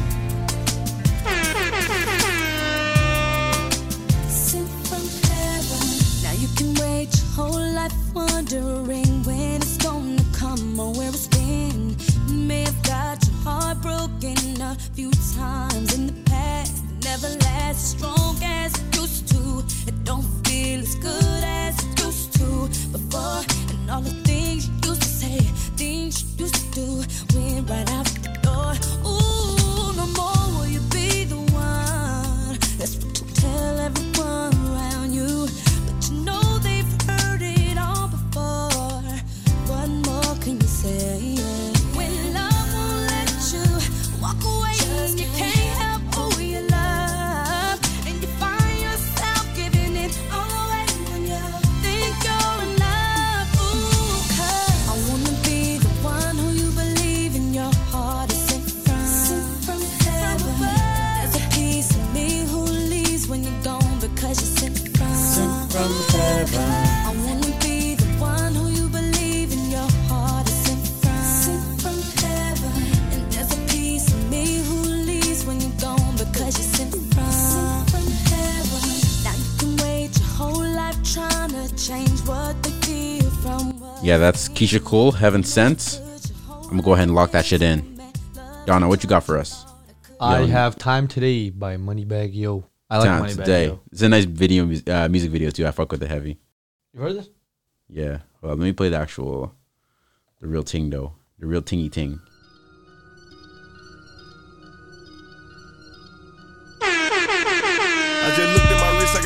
Sent from heaven. Now you can wait your whole life wondering when it's gonna come or where it's been. You may have got your heart broken a few times in the past. It never lasts strong as it used to. It don't feel as good as it used to before. And all the things you used to say, things you used to do, went right out the door. Ooh, no more will you be the one. That's what you tell everyone around you. But you know they've heard it all before. What more can you say? When love won't let you walk away, Just you can't help who you love. And you find yourself giving it all away when you think you're in love. Ooh, 'cause I wanna be the one who you believe in your heart is sent from. from heaven. There's a piece of me who leaves when you're gone because you're sent from. From heaven. I wanna be the one who you believe in your heart is sent from. from heaven. And there's a piece of me who leaves when you're gone because you're sent from. from heaven. Now you can wait your whole life trying to change what they feel from what Yeah, that's Keisha Cole, Heaven Sent. I'm gonna go ahead and lock that shit in. Donna, what you got for us? I Yo, have time today by Moneybag Yo. I like Time Moneybag today. Yo. It's a nice video, mus- uh, music video too. I fuck with the heavy. You heard this? Yeah. Well, let me play the actual, the real ting though. The real tingy ting. I just looked at my wrist, I